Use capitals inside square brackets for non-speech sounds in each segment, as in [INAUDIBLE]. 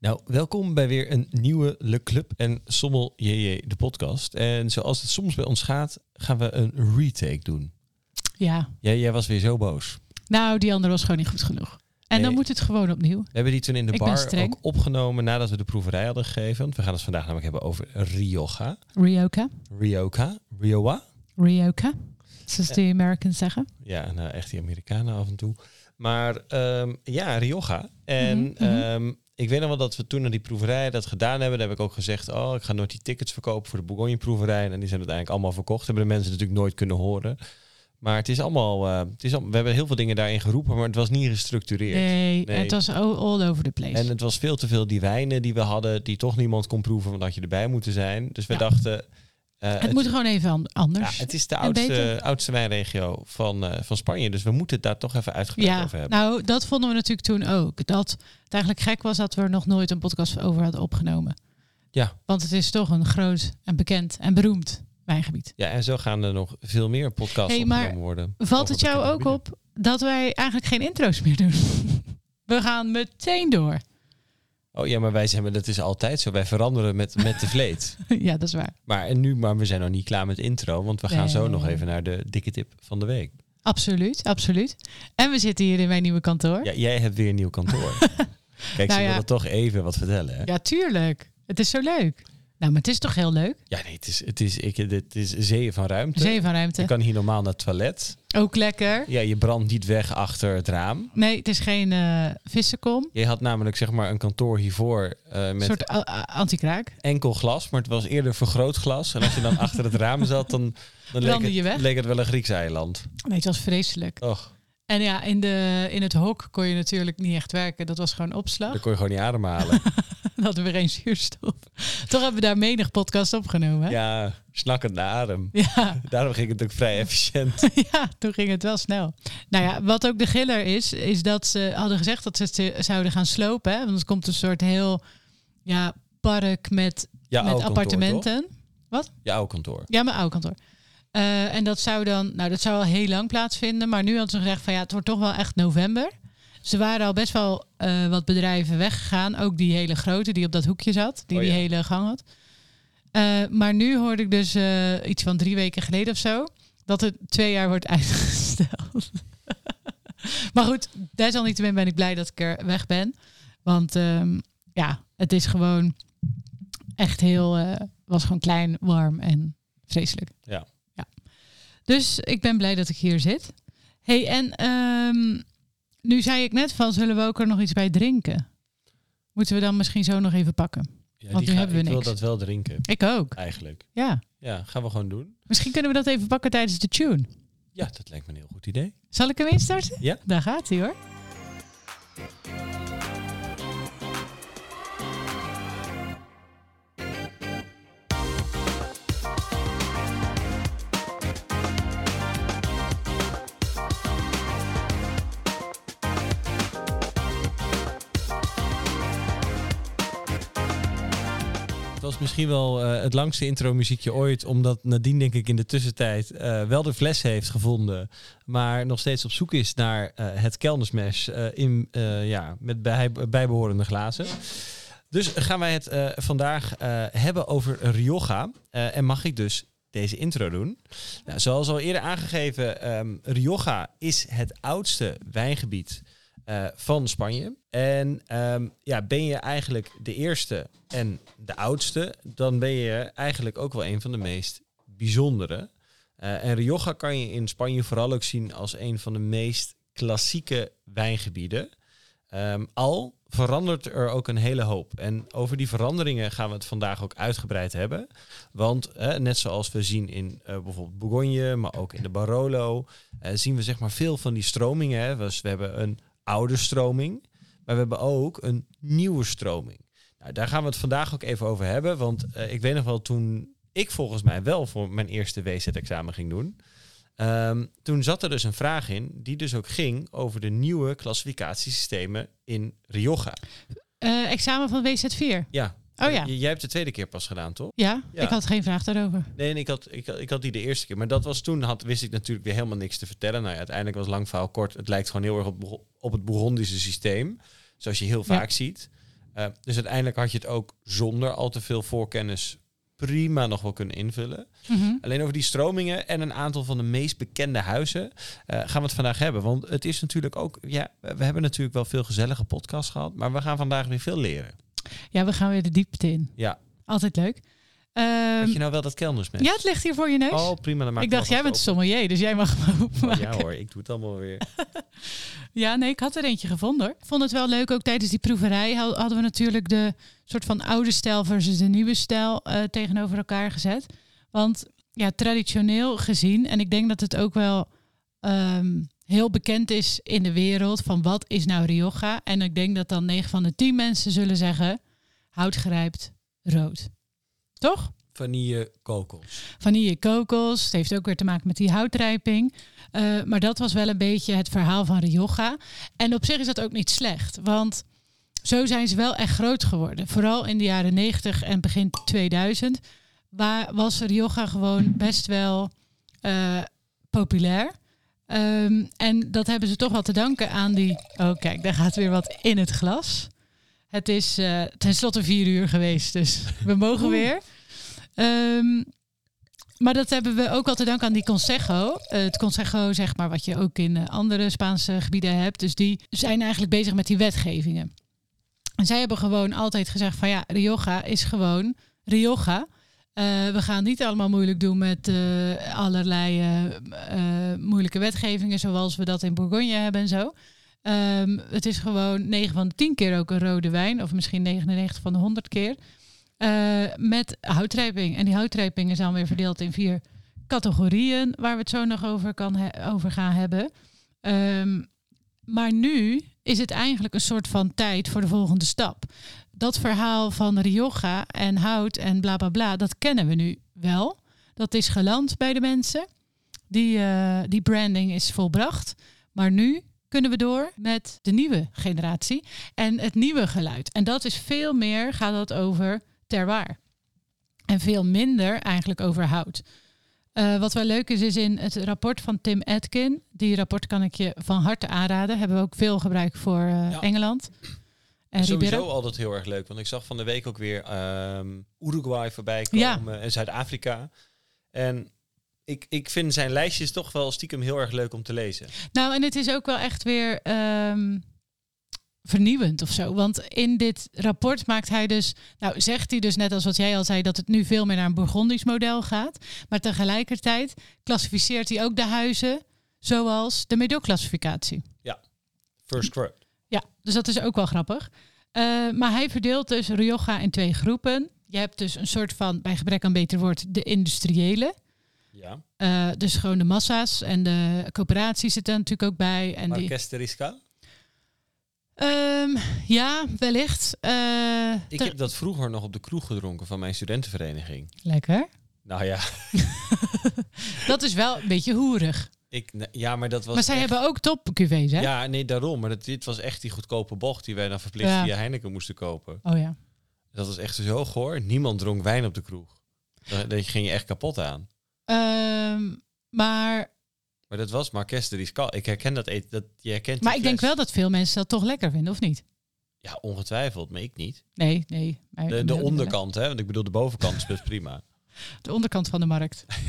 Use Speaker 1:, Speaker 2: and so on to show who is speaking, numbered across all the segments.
Speaker 1: Nou, welkom bij weer een nieuwe Le Club en Sommel JJ, de podcast. En zoals het soms bij ons gaat, gaan we een retake doen.
Speaker 2: Ja,
Speaker 1: Jij, jij was weer zo boos.
Speaker 2: nou die andere was gewoon niet goed genoeg. En
Speaker 1: Nee.
Speaker 2: dan moet het gewoon opnieuw.
Speaker 1: We hebben die toen in de
Speaker 2: Ik ben
Speaker 1: bar
Speaker 2: streng.
Speaker 1: ook opgenomen nadat we de proeverij hadden gegeven. Want we gaan het vandaag namelijk hebben over Rioja.
Speaker 2: Ryoka.
Speaker 1: Rioja? Rioja?
Speaker 2: Ryoka. Zoals de Americans zeggen.
Speaker 1: Ja, nou echt die Amerikanen af en toe. Maar ehm, ja, Rioja. En
Speaker 2: Mhm, mhm.
Speaker 1: ehm, ik weet nog wel dat we toen naar die proeverij dat gedaan hebben. Daar heb ik ook gezegd, oh, ik ga nooit die tickets verkopen voor de Bourgogne proeverij. En die zijn uiteindelijk allemaal verkocht. Hebben de mensen natuurlijk nooit kunnen horen. Maar het is allemaal, eh, het is, al- we hebben heel veel dingen daarin geroepen, maar het was niet gestructureerd.
Speaker 2: Nee,
Speaker 1: Nee.
Speaker 2: het was all, all over the place.
Speaker 1: En eh, het was veel te veel die wijnen die we hadden, die toch niemand kon proeven, want had je erbij moeten zijn. Dus we
Speaker 2: Ja.
Speaker 1: dachten... eh,
Speaker 2: het, moet gewoon even an-
Speaker 1: ja,
Speaker 2: anders. Ja,
Speaker 1: het is de
Speaker 2: En
Speaker 1: oudste,
Speaker 2: beter.
Speaker 1: oudste wijnregio van, eh, van Spanje. Dus we moeten het daar toch even uitgebreid over hebben.
Speaker 2: nou dat vonden we natuurlijk toen ook. Dat het eigenlijk gek was dat we er nog nooit een podcast over hadden opgenomen.
Speaker 1: Ja.
Speaker 2: Want het is toch een groot en bekend en beroemd wijngebied.
Speaker 1: Ja, en zo gaan er nog veel meer podcasts
Speaker 2: Hey, maar
Speaker 1: opgenomen worden.
Speaker 2: Valt
Speaker 1: Over
Speaker 2: het jou ook
Speaker 1: bekende
Speaker 2: op dat wij eigenlijk geen intro's meer doen? [LAUGHS] We gaan meteen door. [LAUGHS]
Speaker 1: Oh ja, maar wij zijn, maar dat is altijd zo. Wij veranderen met, met de vleet.
Speaker 2: [LAUGHS] ja, dat is waar.
Speaker 1: maar en nu, maar we zijn nog niet klaar met de intro, want we gaan zo
Speaker 2: Nee.
Speaker 1: nog even naar de dikke tip van de week.
Speaker 2: Absoluut, absoluut. En we zitten hier in mijn nieuwe kantoor. Ja,
Speaker 1: Ja, jij hebt weer een nieuw kantoor.
Speaker 2: [LAUGHS]
Speaker 1: Kijk, ze
Speaker 2: Nou ja.
Speaker 1: willen toch even wat vertellen. Hè? Ja,
Speaker 2: tuurlijk. Het is zo leuk. Nou, maar het is toch heel leuk?
Speaker 1: nee, het is, het is, ik, het is zeeën van ruimte.
Speaker 2: Zeven van
Speaker 1: Je
Speaker 2: ruimte.
Speaker 1: kan hier normaal naar het toilet.
Speaker 2: Ook lekker.
Speaker 1: Ja, je brandt niet weg achter het raam.
Speaker 2: Nee, het is geen eh vissenkom.
Speaker 1: Je had namelijk zeg maar een kantoor hiervoor eh,
Speaker 2: Een
Speaker 1: met
Speaker 2: soort a- a- antikraak.
Speaker 1: enkel glas, maar het was eerder vergroot glas. En als
Speaker 2: [LAUGHS]
Speaker 1: je dan achter het raam zat, dan, dan leek,
Speaker 2: Brandde
Speaker 1: het,
Speaker 2: je weg.
Speaker 1: leek het wel een Grieks eiland.
Speaker 2: Nee, het was vreselijk.
Speaker 1: Och,
Speaker 2: En ja, in, de, in het hok kon je natuurlijk niet echt werken. Dat was gewoon opslag. [LAUGHS]
Speaker 1: daar kon je gewoon niet ademhalen.
Speaker 2: Dan hadden we geen zuurstof. Toch hebben we daar menig podcast opgenomen. Ja,
Speaker 1: ja, snakkend naar adem.
Speaker 2: ja,
Speaker 1: Daarom ging het ook vrij
Speaker 2: [LAUGHS]
Speaker 1: efficiënt.
Speaker 2: ja, toen ging het wel snel. Nou ja, wat ook de giller is, is dat ze hadden gezegd dat ze het zouden gaan slopen. Hè? Want het komt een soort heel ja, park met
Speaker 1: Ja,
Speaker 2: met appartementen.
Speaker 1: Ja, oude kantoor.
Speaker 2: ja, mijn oude kantoor. Eh, en dat zou dan, nou, dat zou al heel lang plaatsvinden. Maar nu hadden ze gezegd van ja, het wordt toch wel echt november. Ze waren al best wel eh, wat bedrijven weggegaan. Ook die hele grote die op dat hoekje zat, die
Speaker 1: Oh,
Speaker 2: die
Speaker 1: ja.
Speaker 2: hele gang had. Eh, maar nu hoorde ik dus eh, iets van drie weken geleden of zo, dat het twee jaar wordt [LAUGHS] uitgesteld. [LAUGHS] maar goed, desalniettemin ben ik blij dat ik er weg ben. Want ehm, ja, het is gewoon echt heel, eh, was gewoon klein, warm en vreselijk.
Speaker 1: Ja.
Speaker 2: ja. Dus ik ben blij dat ik hier zit. hey, en ehm, nu zei ik net van, zullen we ook er nog iets bij drinken? Moeten we dan misschien zo nog even pakken?
Speaker 1: Ja,
Speaker 2: Want nu hebben we
Speaker 1: ik wil
Speaker 2: niks.
Speaker 1: dat wel drinken,
Speaker 2: Ik ook,
Speaker 1: eigenlijk.
Speaker 2: ja.
Speaker 1: Ja, gaan we gewoon doen.
Speaker 2: Misschien kunnen we dat even pakken tijdens de tune.
Speaker 1: Ja, dat lijkt me een heel goed idee.
Speaker 2: Zal ik hem instarten?
Speaker 1: Ja.
Speaker 2: Daar gaat hij hoor.
Speaker 1: Het was misschien wel eh, het langste intro-muziekje ooit, omdat Nadine, denk ik, in de tussentijd eh, wel de fles heeft gevonden, maar nog steeds op zoek is naar eh, het kelnersmes eh, in, eh, ja, met bij, bijbehorende glazen. Dus gaan wij het eh, vandaag eh, hebben over Rioja. Eh, en mag ik dus deze intro doen? Nou, zoals al eerder aangegeven, ehm, Rioja is het oudste wijngebied eh, van Spanje. En ehm, ja, ben je eigenlijk de eerste en de oudste, dan ben je eigenlijk ook wel een van de meest bijzondere. Eh, en Rioja kan je in Spanje vooral ook zien als een van de meest klassieke wijngebieden. Ehm, al verandert er ook een hele hoop. En over die veranderingen gaan we het vandaag ook uitgebreid hebben. Want eh, net zoals we zien in eh, bijvoorbeeld Bourgogne, maar ook in de Barolo, eh, zien we zeg maar veel van die stromingen. Hè. Dus we hebben een oude stroming, maar we hebben ook een nieuwe stroming. Nou, daar gaan we het vandaag ook even over hebben. Want eh, ik weet nog wel, toen ik volgens mij wel voor mijn eerste WZ-examen ging doen. ehm, toen zat er dus een vraag in, die dus ook ging over de nieuwe klassificatiesystemen in Rioja.
Speaker 2: Eh, examen van WZ4.
Speaker 1: Ja.
Speaker 2: Oh ja.
Speaker 1: J- jij hebt de tweede keer pas gedaan, toch?
Speaker 2: Ja,
Speaker 1: Ja.
Speaker 2: ik had geen vraag daarover.
Speaker 1: Nee, en ik had, ik, ik had die de eerste keer. Maar dat was toen, had, wist ik natuurlijk weer helemaal niks te vertellen. Nou ja, uiteindelijk was lang verhaal kort. Het lijkt gewoon heel erg op, Bourg- op het Bourgondische systeem. Zoals je heel
Speaker 2: Ja.
Speaker 1: vaak ziet. Eh, Eh, dus uiteindelijk had je het ook zonder al te veel voorkennis prima nog wel kunnen invullen.
Speaker 2: Mhm.
Speaker 1: Alleen over die stromingen en een aantal van de meest bekende huizen eh, gaan we het vandaag hebben. Want het is natuurlijk ook, ja, we hebben natuurlijk wel veel gezellige podcasts gehad, maar we gaan vandaag weer veel leren.
Speaker 2: Ja, we gaan weer de diepte in.
Speaker 1: Ja.
Speaker 2: Altijd leuk. Ehm,
Speaker 1: Had je nou wel dat kelnersmes?
Speaker 2: ja, het ligt hier voor je neus.
Speaker 1: Oh, prima. Dan maak
Speaker 2: ik dacht, jij bent sommelier, dus jij mag hem openmaken.
Speaker 1: Oh, Ja hoor, ik doe het allemaal weer.
Speaker 2: Ja, nee, ik had er eentje gevonden. hoor. Ik vond het wel leuk, ook tijdens die proeverij hou- hadden we natuurlijk de soort van oude stijl versus de nieuwe stijl eh, tegenover elkaar gezet. Want ja, traditioneel gezien, en ik denk dat het ook wel ehm, heel bekend is in de wereld van wat is nou Rioja. En ik denk dat dan 9 van de 10 mensen zullen zeggen, hout grijpt rood. Toch?
Speaker 1: Vanille kokos.
Speaker 2: vanille kokos. Het heeft ook weer te maken met die houtrijping. Eh, maar dat was wel een beetje het verhaal van Rioja. En op zich is dat ook niet slecht, want zo zijn ze wel echt groot geworden. Vooral in de jaren 90 en begin 2000 waar was Rioja gewoon best wel eh, populair. Ehm, en dat hebben ze toch wel te danken aan die... Oh kijk, daar gaat weer wat in het glas. Het is eh tenslotte vier uur geweest, dus we mogen weer. Ehm, maar dat hebben we ook al te danken aan die consejo. Eh, het consejo, zeg maar, wat je ook in eh, andere Spaanse gebieden hebt. Dus die zijn eigenlijk bezig met die wetgevingen. En zij hebben gewoon altijd gezegd van ja, Rioja is gewoon Rioja. Eh, we gaan niet allemaal moeilijk doen met eh, allerlei eh, eh, moeilijke wetgevingen zoals we dat in Bourgogne hebben en zo. Ehm, het is gewoon 9 van de 10 keer ook een rode wijn, of misschien 99 van de 100 keer. Eh, met houtrijping. En die houtrijping is dan weer verdeeld in vier categorieën, waar we het zo nog over, kan he- over gaan hebben. Ehm, maar nu is het eigenlijk een soort van tijd voor de volgende stap. Dat verhaal van Rioja en hout en bla bla bla, dat kennen we nu wel. Dat is geland bij de mensen. Die, eh, die branding is volbracht. Maar nu kunnen we door met de nieuwe generatie en het nieuwe geluid. En dat is veel meer, gaat dat over terwaar. En veel minder eigenlijk over hout. Eh, wat wel leuk is, is in het rapport van Tim Atkin. Die rapport kan ik je van harte aanraden. Hebben we ook veel gebruik voor eh,
Speaker 1: Ja.
Speaker 2: Engeland. En Ribeiro.
Speaker 1: Sowieso altijd heel erg leuk, want ik zag van de week ook weer ehm, Uruguay voorbij komen en Zuid-Afrika. En ik, ik vind zijn lijstjes toch wel stiekem heel erg leuk om te lezen.
Speaker 2: Nou, en het is ook wel echt weer ehm, vernieuwend of zo. Want in dit rapport maakt hij dus, nou zegt hij dus net als wat jij al zei, dat het nu veel meer naar een Burgondisch model gaat. Maar tegelijkertijd klassificeert hij ook de huizen zoals de Medo-classificatie.
Speaker 1: First Crop.
Speaker 2: Ja, dus dat is ook wel grappig. Eh, maar hij verdeelt dus Rioja in twee groepen. Je hebt dus een soort van, bij gebrek aan beter woord, de industriële.
Speaker 1: Ja.
Speaker 2: Eh, dus gewoon de massa's en de coöperaties zitten er natuurlijk ook bij. En die,
Speaker 1: Marquesterisca.
Speaker 2: Ehm, ja, wellicht. Eh,
Speaker 1: Ik
Speaker 2: te-
Speaker 1: heb dat vroeger nog op de kroeg gedronken van mijn studentenvereniging.
Speaker 2: Lekker.
Speaker 1: Nou ja, [LAUGHS]
Speaker 2: Dat is wel een beetje hoerig.
Speaker 1: ik, nee, ja maar dat was.
Speaker 2: Maar zij
Speaker 1: echt-
Speaker 2: hebben ook top QV's, hè?
Speaker 1: Ja, nee, daarom. Maar dat, dit was echt die goedkope bocht die wij dan verplicht
Speaker 2: Ja.
Speaker 1: via Heineken moesten kopen.
Speaker 2: Oh ja.
Speaker 1: Dat was echt zo goor. Niemand dronk wijn op de kroeg. Dat dat ging je echt kapot aan.
Speaker 2: Ehm, maar
Speaker 1: Maar dat was Marques de Riscal. Ik herken dat eten. Dat, je herkent die
Speaker 2: maar ik denk
Speaker 1: fles.
Speaker 2: wel dat veel mensen dat toch lekker vinden, of niet?
Speaker 1: Ja, ongetwijfeld. Maar ik niet.
Speaker 2: Nee, nee. maar-
Speaker 1: De, de onderkant, hè. Want ik bedoel, de bovenkant is best prima. [LAUGHS]
Speaker 2: De onderkant van de markt.
Speaker 1: Daar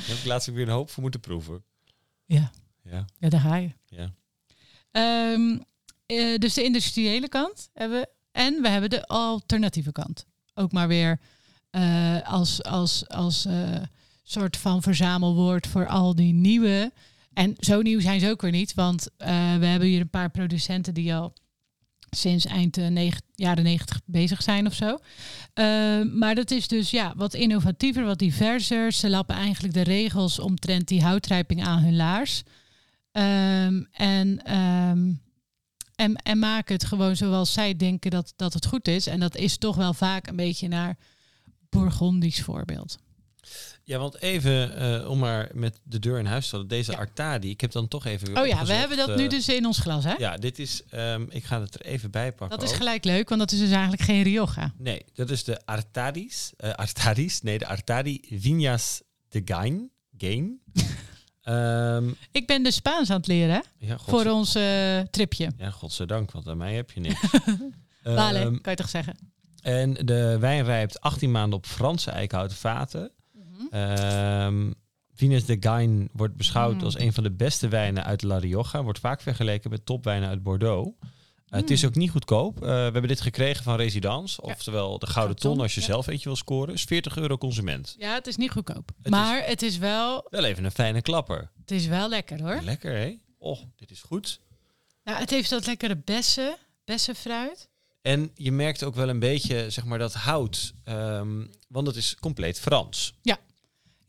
Speaker 1: heb ik laatst ook weer een hoop voor moeten proeven.
Speaker 2: Ja.
Speaker 1: Ja.
Speaker 2: Ja, daar ga je.
Speaker 1: Ja.
Speaker 2: Ehm, eh, dus de industriële kant hebben we. En we hebben de alternatieve kant. Ook maar weer eh, als, als, als eh, soort van verzamelwoord voor al die nieuwe. En zo nieuw zijn ze ook weer niet. Want eh, we hebben hier een paar producenten die al sinds eind de neg- jaren negentig bezig zijn of zo. Eh, maar dat is dus ja, wat innovatiever, wat diverser. Ze lappen eigenlijk de regels omtrent die houtrijping aan hun laars. Ehm, en, ehm, en, en maken het gewoon zoals zij denken dat, dat het goed is. En dat is toch wel vaak een beetje naar Bourgondisch voorbeeld.
Speaker 1: Ja, want even eh, om maar met de deur in huis te vallen. Deze
Speaker 2: Ja.
Speaker 1: Artadi, ik heb dan toch even weer
Speaker 2: Oh ja, we
Speaker 1: opgezocht,
Speaker 2: hebben dat
Speaker 1: eh,
Speaker 2: nu dus in ons glas, hè?
Speaker 1: Ja, dit is... ehm, ik ga het er even bij pakken
Speaker 2: Dat is
Speaker 1: ook.
Speaker 2: gelijk leuk, want dat is dus eigenlijk geen Rioja.
Speaker 1: Nee, dat is de Artadis. eh, Artadis? Nee, de Artadi Viñas de Gain.
Speaker 2: [LAUGHS]
Speaker 1: Gain. Ehm,
Speaker 2: Ik ben dus Spaans aan het leren hè,
Speaker 1: ja, gods,
Speaker 2: voor ons eh, tripje. [LAUGHS]
Speaker 1: ja, godzijdank, want aan mij heb je niks. Eh,
Speaker 2: Balen,
Speaker 1: Ehm,
Speaker 2: kan je toch zeggen?
Speaker 1: en de wijn rijpt 18 maanden op Franse eikenhouten vaten. Ehm Vines de Gain wordt beschouwd
Speaker 2: Mm.
Speaker 1: als een van de beste wijnen uit La Rioja. Wordt vaak vergeleken met topwijnen uit Bordeaux. Uh, Het is
Speaker 2: Mm.
Speaker 1: ook niet goedkoop. Uh, we hebben dit gekregen van Residence. Oftewel de gouden
Speaker 2: Gouden ton,
Speaker 1: ton als je
Speaker 2: ja.
Speaker 1: zelf eentje wil scoren. Is 40 euro consument.
Speaker 2: Ja, het is niet goedkoop.
Speaker 1: is-
Speaker 2: maar het, is wel,
Speaker 1: Wel even een fijne klapper.
Speaker 2: het is wel lekker hoor.
Speaker 1: Lekker hè? Och, dit is goed.
Speaker 2: Nou, het heeft dat lekkere bessen, bessenfruit.
Speaker 1: En je merkt ook wel een beetje, zeg maar, dat hout. ehm, want het is compleet Frans.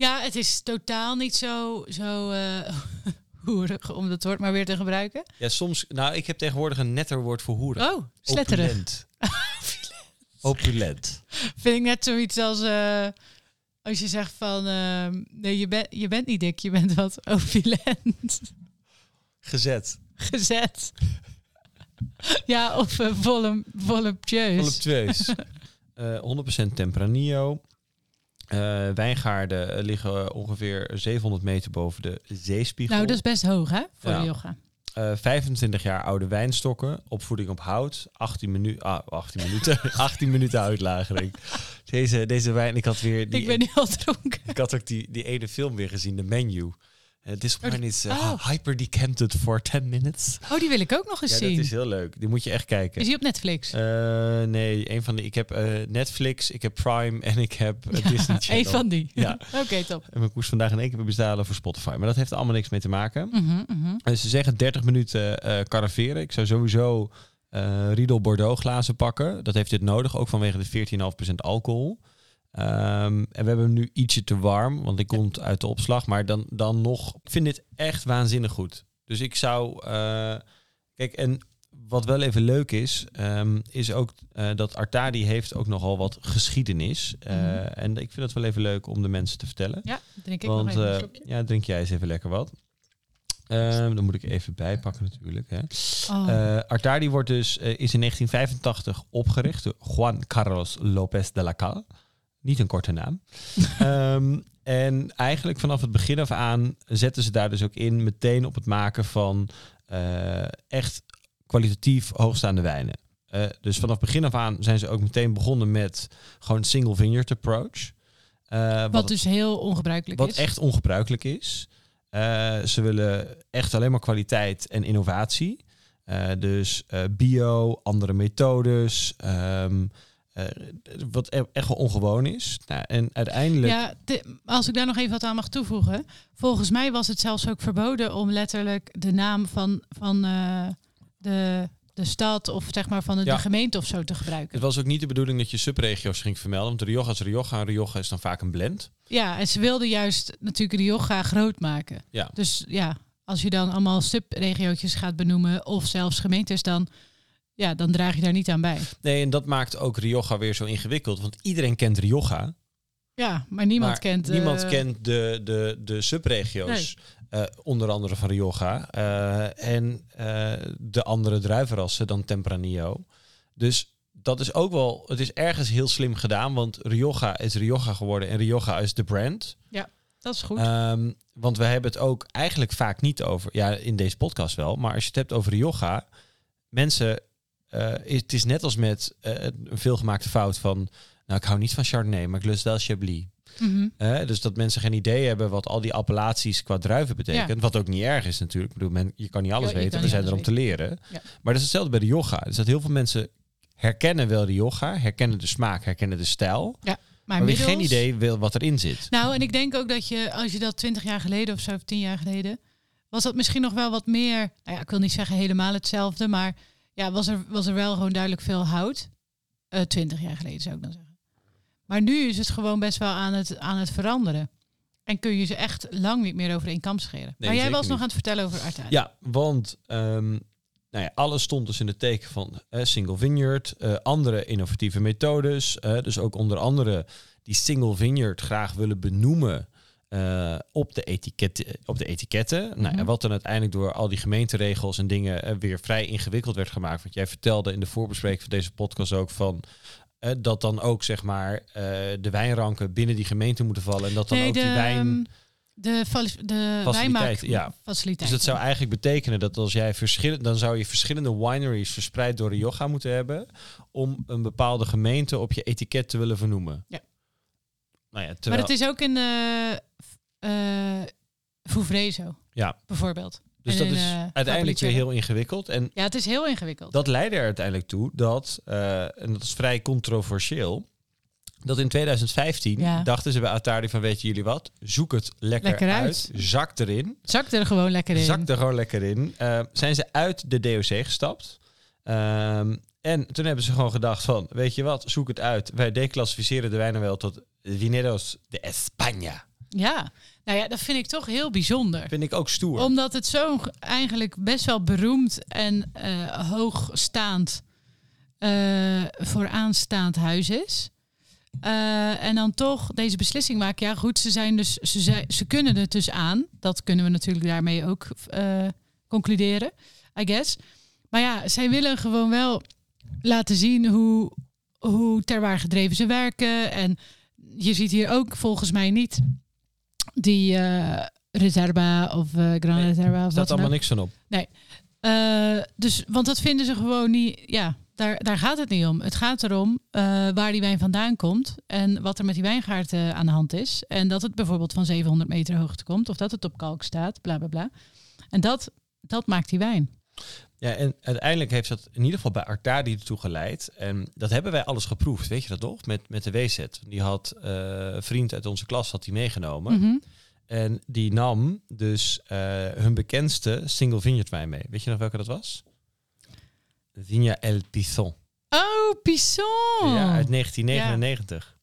Speaker 2: Ja, het is totaal niet zo, zo eh, [LAUGHS] hoerig, om dat woord maar weer te gebruiken.
Speaker 1: Ja, soms... Nou, ik heb tegenwoordig een netter woord voor hoeren.
Speaker 2: Oh, sletterig. [LAUGHS]
Speaker 1: Opulent. Opulent.
Speaker 2: Vind ik net zoiets als eh, als je zegt van, ehm, nee, je, bent je bent niet dik, je bent wat [LAUGHS] opulent
Speaker 1: Gezet.
Speaker 2: gezet. [LAUGHS] ja, of eh, volum, voluptueus. [LAUGHS]
Speaker 1: Voluptueus. Eh 100% Tempranillo. Eh, wijngaarden eh, liggen ongeveer 700 meter boven de zeespiegel.
Speaker 2: Nou, dat is best hoog hè, voor
Speaker 1: Ja.
Speaker 2: de yoga.
Speaker 1: Eh, 25 jaar oude wijnstokken, opvoeding op hout, 18, minu ah, 18 minuten, [LAUGHS] 18 minuten uitlagering. Deze, deze wijn, ik had weer die
Speaker 2: Ik ben nu al dronken.
Speaker 1: Ik had ook die, die ene film weer gezien, de menu. Eh, this one is eh,
Speaker 2: Oh.
Speaker 1: hyper decanted for 10 minutes.
Speaker 2: Oh, die wil ik ook nog eens
Speaker 1: Ja, dat
Speaker 2: zien.
Speaker 1: is
Speaker 2: Is,
Speaker 1: heel leuk. Die moet je echt kijken.
Speaker 2: die op Netflix?
Speaker 1: Eh, nee, een van de. Ik heb eh, Netflix, ik heb Prime en ik heb eh,
Speaker 2: [LAUGHS]
Speaker 1: Disney Channel.
Speaker 2: Eén van die.
Speaker 1: Ja.
Speaker 2: [LAUGHS] Oké, top.
Speaker 1: En ik moest vandaag in één keer weer betalen voor Spotify. Maar dat heeft er allemaal niks mee te maken.
Speaker 2: Mhm, mhm.
Speaker 1: Eh, ze zeggen 30 minuten eh caraveren. Ik zou sowieso eh Riedel Bordeaux glazen pakken. Dat heeft dit nodig, ook vanwege de 14,5% alcohol. Ehm, en we hebben hem nu ietsje te warm, want die komt uit de opslag. Maar dan, dan nog, ik vind dit echt waanzinnig goed. Dus ik zou, eh, kijk, en wat wel even leuk is, ehm, is ook eh, dat Artadi heeft ook nogal wat geschiedenis. Eh,
Speaker 2: Mhm.
Speaker 1: En ik vind dat wel even leuk om de mensen te vertellen.
Speaker 2: Ja, drink ik nog
Speaker 1: Want
Speaker 2: even een
Speaker 1: eh,
Speaker 2: slokje.
Speaker 1: ja, drink jij eens even lekker wat. Ehm, dan moet ik even bijpakken natuurlijk. Hè.
Speaker 2: Oh.
Speaker 1: Eh, Artadi wordt dus, eh, is in 1985 opgericht door Juan Carlos López de la Cal. Niet een korte
Speaker 2: [LAUGHS]
Speaker 1: naam. Ehm, en eigenlijk vanaf het begin af aan zetten ze daar dus ook in meteen op het maken van eh, echt kwalitatief hoogstaande wijnen. Eh, dus vanaf begin af aan zijn ze ook meteen begonnen met gewoon single vineyard approach. Eh,
Speaker 2: wat dus heel ongebruikelijk
Speaker 1: wat
Speaker 2: is.
Speaker 1: echt ongebruikelijk is. Eh, ze willen echt alleen maar kwaliteit en innovatie. Eh, dus eh, bio, andere methodes. ehm, eh, wat e- echt wel ongewoon is. Nou, en uiteindelijk.
Speaker 2: Ja, de- als ik daar nog even wat aan mag toevoegen. Volgens mij was het zelfs ook verboden om letterlijk de naam van, van eh, de, de stad of zeg maar van de, de
Speaker 1: Ja.
Speaker 2: gemeente of zo te gebruiken.
Speaker 1: Het was ook niet de bedoeling dat je subregio's ging vermelden. Want Rioja is Rioja en Rioja is dan vaak een blend.
Speaker 2: Ja, en ze wilden juist natuurlijk Rioja groot maken.
Speaker 1: Ja.
Speaker 2: Dus ja, als je dan allemaal subregiootjes gaat benoemen of zelfs gemeentes, dan, ja, dan draag je daar niet aan bij.
Speaker 1: Nee, en dat maakt ook Rioja weer zo ingewikkeld. Want iedereen kent Rioja.
Speaker 2: Ja, maar niemand
Speaker 1: Maar
Speaker 2: kent... eh,
Speaker 1: Niemand kent de, de, de subregio's. eh, onder andere van Rioja. eh, en eh, de andere druivenrassen dan Tempranillo. Dus dat is ook wel... Het is ergens heel slim gedaan. Want Rioja is Rioja geworden. En Rioja is de brand.
Speaker 2: Dat is goed.
Speaker 1: Ehm, want we hebben het ook eigenlijk vaak niet over... Ja, in deze podcast wel. Maar als je het hebt over Rioja... Mensen... eh, is- het is net als met eh, een veelgemaakte fout van... Nou, ik hou niet van Chardonnay, maar ik lust wel Chablis.
Speaker 2: Mhm.
Speaker 1: Hè, dus dat mensen geen idee hebben wat al die appellaties qua druiven betekent. Wat ook niet erg is natuurlijk. Ik bedoel, men, je kan niet alles
Speaker 2: Ja, je
Speaker 1: weten.
Speaker 2: kan
Speaker 1: We
Speaker 2: niet
Speaker 1: zijn er om
Speaker 2: alles
Speaker 1: te leren.
Speaker 2: Ja.
Speaker 1: Maar dat is hetzelfde bij de yoga. Dus dat heel veel mensen herkennen wel de yoga. Herkennen de smaak, herkennen de stijl.
Speaker 2: Maar,
Speaker 1: Maar wie
Speaker 2: inmiddels-
Speaker 1: geen idee wil wat erin zit.
Speaker 2: Nou, en ik denk ook dat je, als je dat twintig jaar geleden of zo, of tien jaar geleden, was dat misschien nog wel wat meer. Nou ja, ik wil niet zeggen helemaal hetzelfde, maar ja, was er, was er wel gewoon duidelijk veel hout. Eh, Twintig jaar geleden zou ik dan zeggen. Maar nu is het gewoon best wel aan het, aan het veranderen. En kun je ze echt lang niet meer over één kam scheren. maar jij
Speaker 1: zeker
Speaker 2: was nog
Speaker 1: niet.
Speaker 2: aan het vertellen over Arta.
Speaker 1: Ja, want ehm, nou ja, alles stond dus in het teken van eh, single vineyard, eh, andere innovatieve methodes. eh, dus ook onder andere die single vineyard graag willen benoemen eh, op, de etiketten, op de etiketten. Nou,
Speaker 2: Mhm.
Speaker 1: en wat dan uiteindelijk door al die gemeenteregels en dingen eh, weer vrij ingewikkeld werd gemaakt. Want jij vertelde in de voorbespreking van deze podcast ook van... eh, dat dan ook zeg maar eh, de wijnranken binnen die gemeente moeten vallen. En dat dan ook die wijn.
Speaker 2: ehm, De, fali- de
Speaker 1: Faciliteit,
Speaker 2: wijnmaak
Speaker 1: ja.
Speaker 2: faciliteit.
Speaker 1: Dus dat zou eigenlijk betekenen dat als jij verschillende, dan zou je verschillende wineries verspreid door Rioja moeten hebben om een bepaalde gemeente op je etiket te willen vernoemen.
Speaker 2: Ja.
Speaker 1: Nou ja,
Speaker 2: Maar
Speaker 1: terwijl,
Speaker 2: dat is ook in de eh Vouvrezo
Speaker 1: ja
Speaker 2: bijvoorbeeld.
Speaker 1: dus
Speaker 2: en
Speaker 1: dat
Speaker 2: in,
Speaker 1: is
Speaker 2: eh,
Speaker 1: uiteindelijk weer
Speaker 2: Fabriciello.
Speaker 1: heel ingewikkeld. En
Speaker 2: Ja, het is heel ingewikkeld.
Speaker 1: Dat leidde er uiteindelijk toe dat, eh, en dat is vrij controversieel, dat in 2015
Speaker 2: Ja.
Speaker 1: dachten ze bij Atari van weet jullie wat, zoek het lekker,
Speaker 2: Lekker
Speaker 1: uit.
Speaker 2: uit.
Speaker 1: zak erin,
Speaker 2: Zak er gewoon lekker in.
Speaker 1: zak er gewoon lekker in. Eh, zijn ze uit de DOC gestapt. Ehm, en toen hebben ze gewoon gedacht van, weet je wat, zoek het uit. Wij declassificeren de wijnen wel tot Vineros de España.
Speaker 2: Ja, nou ja, dat vind ik toch heel bijzonder.
Speaker 1: Vind ik ook stoer.
Speaker 2: Omdat het zo eigenlijk best wel beroemd en eh, hoogstaand eh, vooraanstaand huis is. Eh, en dan toch deze beslissing maken. Ja, goed, ze, zijn dus, ze, zijn- ze kunnen het dus aan. Dat kunnen we natuurlijk daarmee ook eh, concluderen, I guess. Maar ja, zij willen gewoon wel laten zien hoe, hoe ter waar gedreven ze werken. En je ziet hier ook volgens mij niet die eh, Reserva of eh Gran
Speaker 1: Nee,
Speaker 2: Reserva. Of
Speaker 1: staat
Speaker 2: wat dan
Speaker 1: allemaal
Speaker 2: ook.
Speaker 1: niks van op.
Speaker 2: Eh, dus, want dat vinden ze gewoon niet. Ja, daar, daar gaat het niet om. Het gaat erom eh, waar die wijn vandaan komt en wat er met die wijngaard eh, aan de hand is. En dat het bijvoorbeeld van 700 meter hoogte komt of dat het op kalk staat, bla bla bla. En dat, dat maakt die wijn.
Speaker 1: Ja, en uiteindelijk heeft dat in ieder geval bij Artadi ertoe geleid. En dat hebben wij alles geproefd, weet je dat nog? Met, met de WZ. Die had eh, een vriend uit onze klas had die meegenomen.
Speaker 2: Mhm.
Speaker 1: En die nam dus eh, hun bekendste single vineyard wijn mee. Weet je nog welke dat was? Vigna El Pison.
Speaker 2: Oh, Pisson!
Speaker 1: Ja, uit 1999.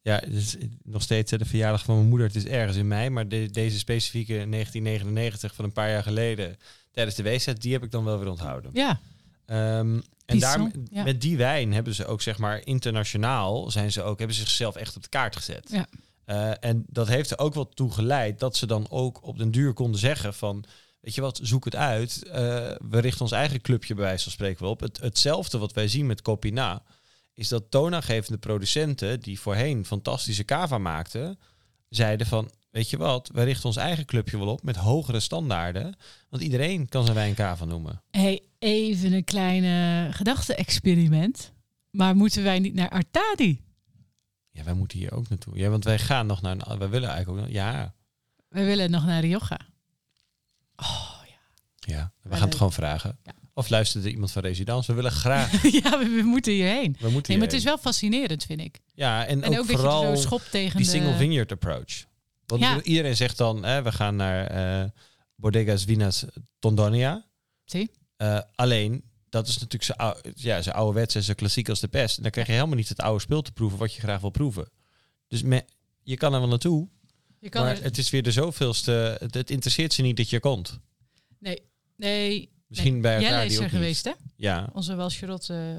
Speaker 1: Ja, het is nog steeds eh, de verjaardag van mijn moeder. Het is ergens in mei, maar de- deze specifieke 1999 van een paar jaar geleden tijdens de WZ, die heb ik dan wel weer onthouden.
Speaker 2: Ja,
Speaker 1: Ehm, en
Speaker 2: Pison,
Speaker 1: daar,
Speaker 2: ja.
Speaker 1: met die wijn hebben ze ook, zeg maar, internationaal zijn ze ook, hebben ze zichzelf echt op de kaart gezet.
Speaker 2: Ja.
Speaker 1: Eh, en dat heeft er ook wel toe geleid dat ze dan ook op den duur konden zeggen van, weet je wat, zoek het uit. Eh, we richten ons eigen clubje bij wijze van spreken wel op. Het, hetzelfde wat wij zien met Copina is dat toonaangevende producenten die voorheen fantastische cava maakten, zeiden van, weet je wat, we richten ons eigen clubje wel op met hogere standaarden. Want iedereen kan zijn wijn cava noemen.
Speaker 2: hey, even een kleine gedachte-experiment. Maar moeten wij niet naar Artadi?
Speaker 1: Ja, wij moeten hier ook naartoe. Ja, want wij gaan nog naar een... Wij willen eigenlijk ook... naar- Ja.
Speaker 2: We willen nog naar Rioja. [LAUGHS] Oh ja.
Speaker 1: Ja. We
Speaker 2: Ja,
Speaker 1: gaan het
Speaker 2: leuk.
Speaker 1: gewoon vragen.
Speaker 2: eh, Ja.
Speaker 1: Of luistert er iemand van Residence? We willen graag...
Speaker 2: ja, we, we moeten hierheen.
Speaker 1: [LAUGHS] We moeten
Speaker 2: Nee, maar het
Speaker 1: hierheen.
Speaker 2: is wel fascinerend, vind ik.
Speaker 1: Ja, en,
Speaker 2: En ook,
Speaker 1: ook,
Speaker 2: dat je
Speaker 1: vooral
Speaker 2: er zo schop tegen
Speaker 1: die
Speaker 2: de...
Speaker 1: single vineyard approach. Want
Speaker 2: Ja.
Speaker 1: iedereen zegt dan... Hè, we gaan naar eh Bodegas Vinas Tondonia.
Speaker 2: Zie.
Speaker 1: Eh, alleen, dat is natuurlijk zo, ou- ja, zo ouderwets en zo klassiek als de pest. En dan krijg je helemaal niet het oude spul te proeven wat je graag wil proeven. Dus me, je kan er wel naartoe,
Speaker 2: Je kan
Speaker 1: maar
Speaker 2: er-
Speaker 1: het is weer de zoveelste... Het, het interesseert ze niet dat je komt.
Speaker 2: Nee,
Speaker 1: Misschien bij elkaar
Speaker 2: Jelle
Speaker 1: die
Speaker 2: is
Speaker 1: ook
Speaker 2: er
Speaker 1: niet.
Speaker 2: geweest, hè?
Speaker 1: Ja,
Speaker 2: Onze Welschrot eh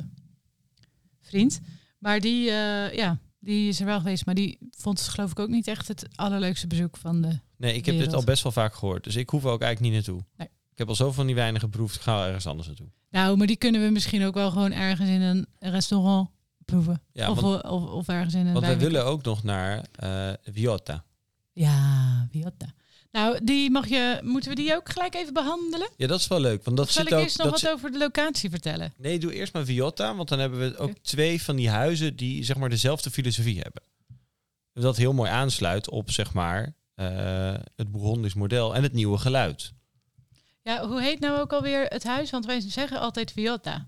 Speaker 2: vriend. Maar die, eh, ja, die is er wel geweest. Maar die vond het geloof ik ook niet echt het allerleukste bezoek van de...
Speaker 1: nee, ik heb
Speaker 2: Wereld.
Speaker 1: dit al best wel vaak gehoord. Dus ik hoef er ook eigenlijk niet naartoe.
Speaker 2: Nee.
Speaker 1: Ik heb al zoveel van die wijnen geproefd. Ik ga ergens anders naartoe.
Speaker 2: Nou, maar die kunnen we misschien ook wel gewoon ergens in een restaurant proeven.
Speaker 1: Ja,
Speaker 2: of, eh,
Speaker 1: want,
Speaker 2: of, of ergens in een
Speaker 1: want wij
Speaker 2: wijnwinkel.
Speaker 1: willen ook nog naar eh Viotta.
Speaker 2: Ja, wie had dat? Nou, die mag je... Moeten we die ook gelijk even behandelen?
Speaker 1: Ja, dat is wel leuk. Want dat
Speaker 2: Of zal
Speaker 1: zit
Speaker 2: ik
Speaker 1: ook...
Speaker 2: eerst nog
Speaker 1: dat
Speaker 2: wat
Speaker 1: zit-
Speaker 2: over de locatie vertellen?
Speaker 1: Nee, doe eerst maar Viotta. Want dan hebben we ook
Speaker 2: Oké.
Speaker 1: twee van die huizen die zeg maar dezelfde filosofie hebben. Dat heel mooi aansluit op zeg maar eh, het Bourgondisch model en het nieuwe geluid.
Speaker 2: Ja, hoe heet nou ook alweer het huis? Want wij zeggen altijd Viotta.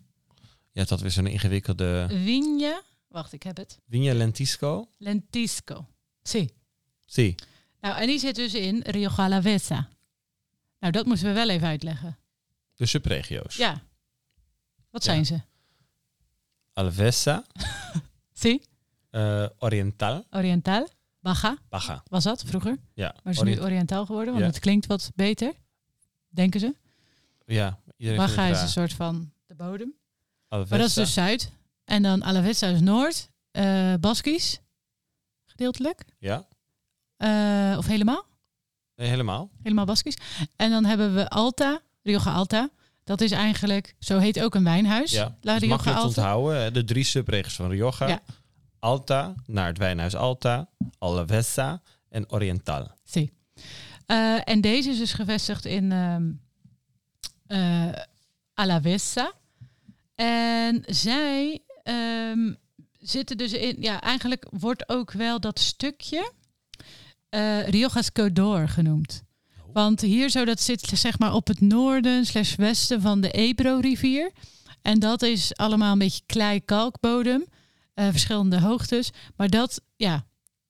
Speaker 1: Ja, dat weer zo'n
Speaker 2: Mm.
Speaker 1: ingewikkelde...
Speaker 2: Vigna, wacht, ik heb het.
Speaker 1: Vigna Lentisco?
Speaker 2: Lentisco. Zie.
Speaker 1: Zie.
Speaker 2: Nou, en die zit dus in Rioja la Vesa. Nou, dat moeten we wel even uitleggen.
Speaker 1: De subregio's.
Speaker 2: Ja. Wat
Speaker 1: Ja.
Speaker 2: zijn ze?
Speaker 1: Alvessa,
Speaker 2: Zie,
Speaker 1: eh, Oriental,
Speaker 2: Oriental. Baja
Speaker 1: Baja.
Speaker 2: was dat vroeger.
Speaker 1: Ja,
Speaker 2: Maar is
Speaker 1: Orient-
Speaker 2: nu Orientaal geworden, want
Speaker 1: Oh, Ja.
Speaker 2: het klinkt wat beter. Denken ze.
Speaker 1: ja iedereen
Speaker 2: Baja
Speaker 1: vindt
Speaker 2: is
Speaker 1: het
Speaker 2: een
Speaker 1: raar.
Speaker 2: soort van de bodem.
Speaker 1: Alvesta.
Speaker 2: Maar dat is dus Zuid. En dan Alavesta is Noord. eh Baskisch. Gedeeltelijk.
Speaker 1: Ja,
Speaker 2: Eh, of helemaal.
Speaker 1: nee, helemaal.
Speaker 2: helemaal Baskisch. En dan hebben we Alta, Rioja Alta. Dat is eigenlijk, zo heet ook een wijnhuis.
Speaker 1: Ja. Dus
Speaker 2: La
Speaker 1: is
Speaker 2: Rioja
Speaker 1: makkelijk te
Speaker 2: Alta.
Speaker 1: onthouden. hè. De drie subregio's van Rioja.
Speaker 2: Ja.
Speaker 1: Alta, naar het wijnhuis Alta. Alvesta en Oriental.
Speaker 2: Zie. Eh, en deze is dus gevestigd in ehm eh, Alavesa. En zij ehm, zitten dus in, ja, eigenlijk wordt ook wel dat stukje eh Riojas Codor genoemd. Want hier zo, dat zit zeg maar op het noorden slash westen van de Ebro-rivier. En dat is allemaal een beetje klei-kalkbodem, eh, verschillende hoogtes. Maar dat, ja,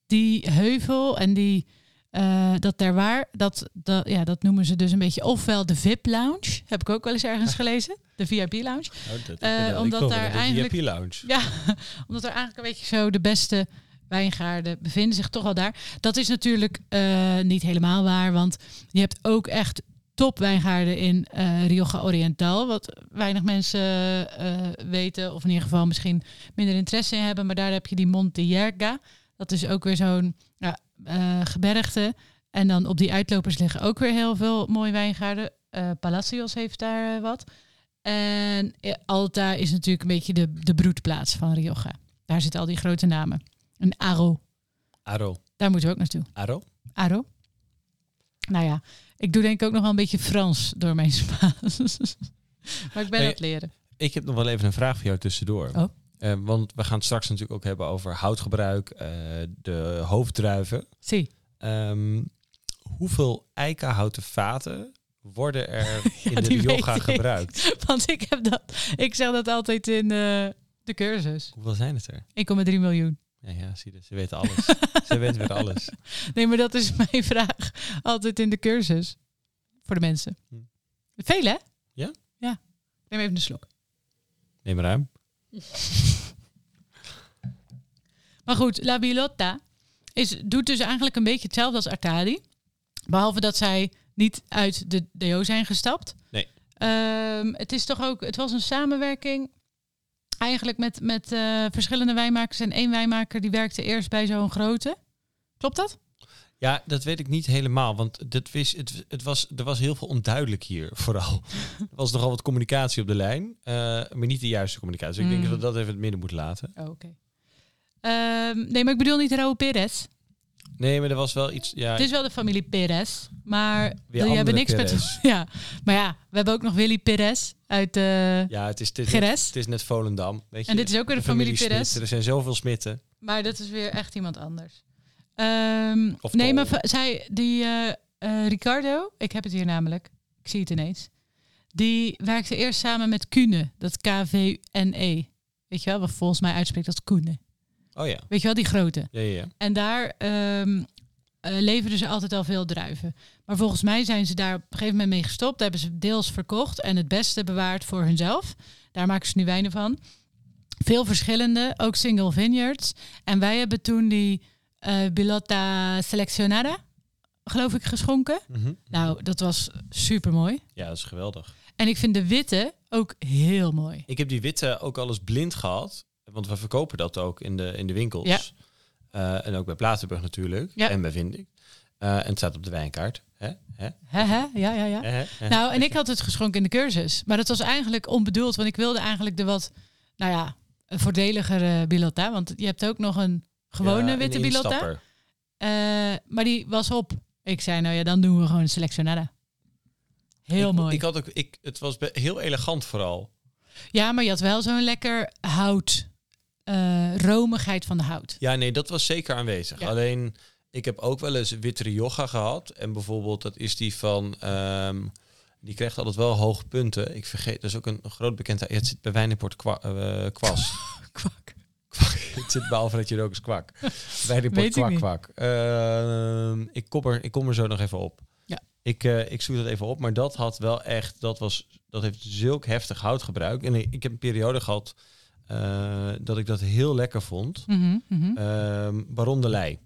Speaker 2: die heuvel en die eh, dat daar waar, dat, dat, ja, dat noemen ze dus een beetje ofwel de VIP-lounge, heb ik ook wel eens ergens gelezen, de VIP-lounge. Eh, ik omdat wil daar naar de eigenlijk-
Speaker 1: lounge.
Speaker 2: Ja, omdat er eigenlijk een beetje zo de beste wijngaarden bevinden zich toch al daar. Dat is natuurlijk eh, niet helemaal waar, want je hebt ook echt top wijngaarden in eh, Rioja Oriental, wat weinig mensen eh, weten, of in ieder geval misschien minder interesse in hebben. Maar daar heb je die Monte Jerga. Dat is ook weer zo'n ja, eh, gebergte. En dan op die uitlopers liggen ook weer heel veel mooie wijngaarden. Eh, Palacios heeft daar eh, wat. En eh, Alta is natuurlijk een beetje de, de broedplaats van Rioja. Daar zitten al die grote namen. En Aro,
Speaker 1: Aro.
Speaker 2: daar moeten we ook naartoe.
Speaker 1: Aro?
Speaker 2: Aro? Nou ja, ik doe denk ik ook nog wel een beetje Frans door mijn Spaans. [LAUGHS] maar ik ben
Speaker 1: Hey.
Speaker 2: aan het leren.
Speaker 1: Ik heb nog wel even een vraag voor jou tussendoor.
Speaker 2: Oh.
Speaker 1: Eh, want we gaan het straks natuurlijk ook hebben over houtgebruik, eh, de hoofddruiven.
Speaker 2: Zie.
Speaker 1: Ehm, hoeveel eikenhouten vaten worden
Speaker 2: [LAUGHS]
Speaker 1: er in de
Speaker 2: die
Speaker 1: yoga
Speaker 2: weet ik.
Speaker 1: gebruikt?
Speaker 2: [LAUGHS] Want ik, heb dat, ik zeg dat altijd in eh, de cursus.
Speaker 1: Hoeveel zijn het er?
Speaker 2: 1,3 miljoen.
Speaker 1: Ja, ja zie je, ze weten
Speaker 2: [LAUGHS]
Speaker 1: alles. ze weten weer alles.
Speaker 2: Nee, maar dat is [LAUGHS] mijn vraag altijd in de cursus. Voor de mensen.
Speaker 1: Hm.
Speaker 2: Veel, hè?
Speaker 1: Ja.
Speaker 2: Ja. Neem even een slok.
Speaker 1: Neem maar ruim.
Speaker 2: [LAUGHS] Maar goed, La Bilotta is, doet dus eigenlijk een beetje hetzelfde als Artadi. Behalve dat zij niet uit de DO zijn gestapt.
Speaker 1: Nee.
Speaker 2: Ehm, het is toch ook, het was een samenwerking eigenlijk met, met eh, verschillende wijnmakers. En één wijnmaker die werkte eerst bij zo'n grote. Klopt dat?
Speaker 1: Ja, dat weet ik niet helemaal. Want dit wist, het, het was, er was heel veel onduidelijk hier, [LAUGHS] vooral. er was nogal wat communicatie op de lijn, eh, maar niet de juiste communicatie. Dus ik denk dat
Speaker 2: Mm.
Speaker 1: we dat even in het midden moeten laten.
Speaker 2: Oh, oké. Ehm, nee, maar ik bedoel niet Raúl Perez.
Speaker 1: Nee, maar er was wel iets... Ja,
Speaker 2: Het is wel de familie Perez, maar
Speaker 1: Weer
Speaker 2: die hebben
Speaker 1: andere
Speaker 2: niks
Speaker 1: Perez.
Speaker 2: met... [LAUGHS] Ja, maar ja, we hebben ook nog Willy Perez uit... eh,
Speaker 1: ja het, is, het, is net,
Speaker 2: Geres.
Speaker 1: het is net Volendam. Weet je,
Speaker 2: En dit is ook weer de familie
Speaker 1: Smit.
Speaker 2: Perez.
Speaker 1: Er zijn zoveel smitten.
Speaker 2: Maar dat is weer echt iemand anders. Ehm,
Speaker 1: Of
Speaker 2: nee,
Speaker 1: Paul.
Speaker 2: maar va- zij, die eh, eh, Ricardo, ik heb het hier namelijk, ik zie het ineens. Die werkte eerst samen met Kune, dat K-V-N-E. E. Weet je wel, wat volgens mij uitspreekt als Kune.
Speaker 1: Oh ja.
Speaker 2: Weet je wel, die grote.
Speaker 1: Ja, ja, ja.
Speaker 2: En daar ehm eh, leverden ze altijd al veel druiven. Maar volgens mij zijn ze daar op een gegeven moment mee gestopt. Daar hebben ze deels verkocht en het beste bewaard voor hunzelf. Daar maken ze nu wijnen van. Veel verschillende, ook single vineyards. En wij hebben toen die eh Bilotta Seleccionada, geloof ik, geschonken.
Speaker 1: Mhm.
Speaker 2: Nou, dat was super mooi.
Speaker 1: Ja, dat is geweldig.
Speaker 2: En ik vind de witte ook heel mooi.
Speaker 1: Ik heb die witte ook al eens blind gehad. Want we verkopen dat ook in de, in de winkels.
Speaker 2: Ja.
Speaker 1: Eh, en ook bij Platenburg natuurlijk.
Speaker 2: Ja.
Speaker 1: En bij Vindik. Eh, en het staat op de wijnkaart. Hè? Hè?
Speaker 2: Hè, hè? Ja, ja, ja.
Speaker 1: Hè, hè, hè.
Speaker 2: Nou, en ik had het geschonken in de cursus. Maar dat was eigenlijk onbedoeld, want ik wilde eigenlijk de wat, nou ja, een voordeligere bilotta. Want je hebt ook nog een gewone
Speaker 1: Ja,
Speaker 2: witte
Speaker 1: een
Speaker 2: bilotta.
Speaker 1: instapper.
Speaker 2: Eh, maar die was op. Ik zei, nou ja, dan doen we gewoon een selectionada. Heel
Speaker 1: ik,
Speaker 2: mooi.
Speaker 1: Ik had ook, ik, het was be- heel elegant vooral.
Speaker 2: ja, maar je had wel zo'n lekker hout, eh, romigheid van de hout.
Speaker 1: Ja, nee, dat was zeker aanwezig.
Speaker 2: Ja.
Speaker 1: Alleen, ik heb ook wel eens wit Rioja gehad. En bijvoorbeeld, dat is die van... ehm, die krijgt altijd wel hoge punten. Ik vergeet, dat is ook een, een groot bekend... Het zit bij Wijnenport kwa, eh, Kwas.
Speaker 2: Kwak.
Speaker 1: [LAUGHS] Kwak. Het zit bij Alfred Jerokes kwak. Bij de pot
Speaker 2: Weet ik
Speaker 1: kwak
Speaker 2: niet.
Speaker 1: kwak. Ehm, ik, kom er, ik kom er zo nog even op.
Speaker 2: Ja.
Speaker 1: Ik, eh, ik zoek dat even op. Maar dat had wel echt, dat, was, dat heeft zulk heftig houtgebruik. En ik, ik heb een periode gehad eh, dat ik dat heel lekker vond.
Speaker 2: Mhm, mhm.
Speaker 1: Ehm Baron de Lei.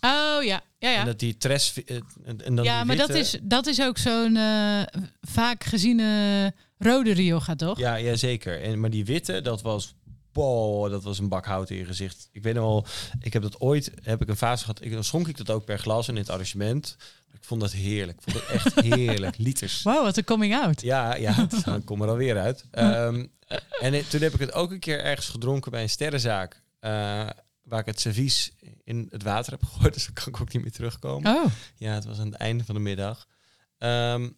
Speaker 2: oh ja, ja, ja.
Speaker 1: En dat die tres... eh, en, en dan
Speaker 2: ja,
Speaker 1: die
Speaker 2: maar dat
Speaker 1: witte-
Speaker 2: is, dat is ook zo'n eh, vaak geziene rode Rioja, toch?
Speaker 1: Ja, ja zeker. En, maar die witte, dat was. Wow, dat was een bak hout in je gezicht. Ik weet nog wel, ik heb dat ooit, heb ik een fase gehad. Ik, dan schonk ik dat ook per glas en in het arrangement. Ik vond dat heerlijk. Ik vond het
Speaker 2: [LAUGHS]
Speaker 1: echt heerlijk. Liters.
Speaker 2: Wow, wat een coming out.
Speaker 1: Ja, ja, [LAUGHS] het- dan kom er alweer uit. Ehm, en eh, toen heb ik het ook een keer ergens gedronken bij een sterrenzaak. Eh, waar ik het servies in het water heb gegooid. [LAUGHS] Dus daar kan ik ook niet meer terugkomen.
Speaker 2: Oh,
Speaker 1: Ja, het was aan het einde van de middag. Ehm,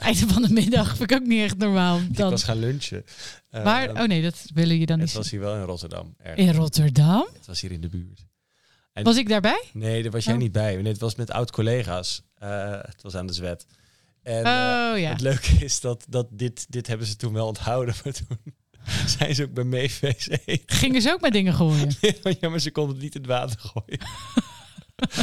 Speaker 2: einde van de middag vind ik ook niet echt normaal.
Speaker 1: ik
Speaker 2: Dan.
Speaker 1: was gaan lunchen. Ehm,
Speaker 2: Waar? Oh nee, dat willen je dan
Speaker 1: het
Speaker 2: niet.
Speaker 1: was hier wel in Rotterdam. ergens.
Speaker 2: In Rotterdam?
Speaker 1: Het was hier in de buurt. En-
Speaker 2: Was ik daarbij?
Speaker 1: Nee, daar was jij
Speaker 2: Oh.
Speaker 1: niet bij. Nee, het was met oud-collega's. Eh, het was aan de zwet. En, eh,
Speaker 2: oh ja.
Speaker 1: Het leuke is dat, dat dit, dit hebben ze toen wel onthouden. Maar toen [LAUGHS] zijn ze ook bij Meevees eten. [LAUGHS]
Speaker 2: Gingen ze ook met dingen
Speaker 1: Eh,
Speaker 2: gooien?
Speaker 1: ja, maar ze konden het niet in het water gooien. [LAUGHS] dat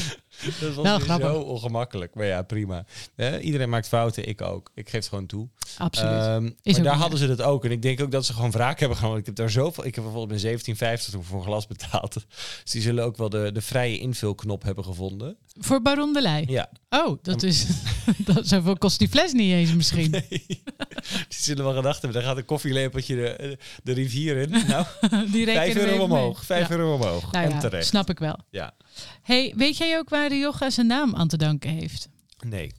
Speaker 1: was
Speaker 2: Wel
Speaker 1: weer
Speaker 2: grappig.
Speaker 1: zo ongemakkelijk. Maar ja, prima. Eh, iedereen maakt fouten, ik ook. Ik geef het gewoon toe.
Speaker 2: Absoluut.
Speaker 1: Ehm,
Speaker 2: ook
Speaker 1: maar
Speaker 2: niet
Speaker 1: daar
Speaker 2: erg.
Speaker 1: hadden ze dat ook. En ik denk ook dat ze gewoon wraak hebben genomen. Ik heb daar zoveel... Ik heb bijvoorbeeld in 17,50 toen voor een glas betaald. [LAUGHS] Dus die zullen ook wel de, de vrije invulknop hebben gevonden.
Speaker 2: Voor Baron de Ley. [LAUGHS]
Speaker 1: Ja.
Speaker 2: Oh, dat is. [LAUGHS] dat, zoveel kost die fles niet eens misschien.
Speaker 1: [LAUGHS] die zullen wel gedacht hebben. Daar gaat een koffielepeltje de, de rivier
Speaker 2: [LAUGHS]
Speaker 1: in. Nou,
Speaker 2: [LAUGHS] Die rekenen
Speaker 1: Vijf
Speaker 2: we
Speaker 1: euro
Speaker 2: even
Speaker 1: omhoog.
Speaker 2: mee.
Speaker 1: Vijf
Speaker 2: Ja.
Speaker 1: euro omhoog.
Speaker 2: Nou
Speaker 1: en
Speaker 2: ja,
Speaker 1: terecht.
Speaker 2: Snap ik wel.
Speaker 1: Ja.
Speaker 2: Hey, weet jij ook waar de yoga zijn naam aan te danken heeft?
Speaker 1: Nee,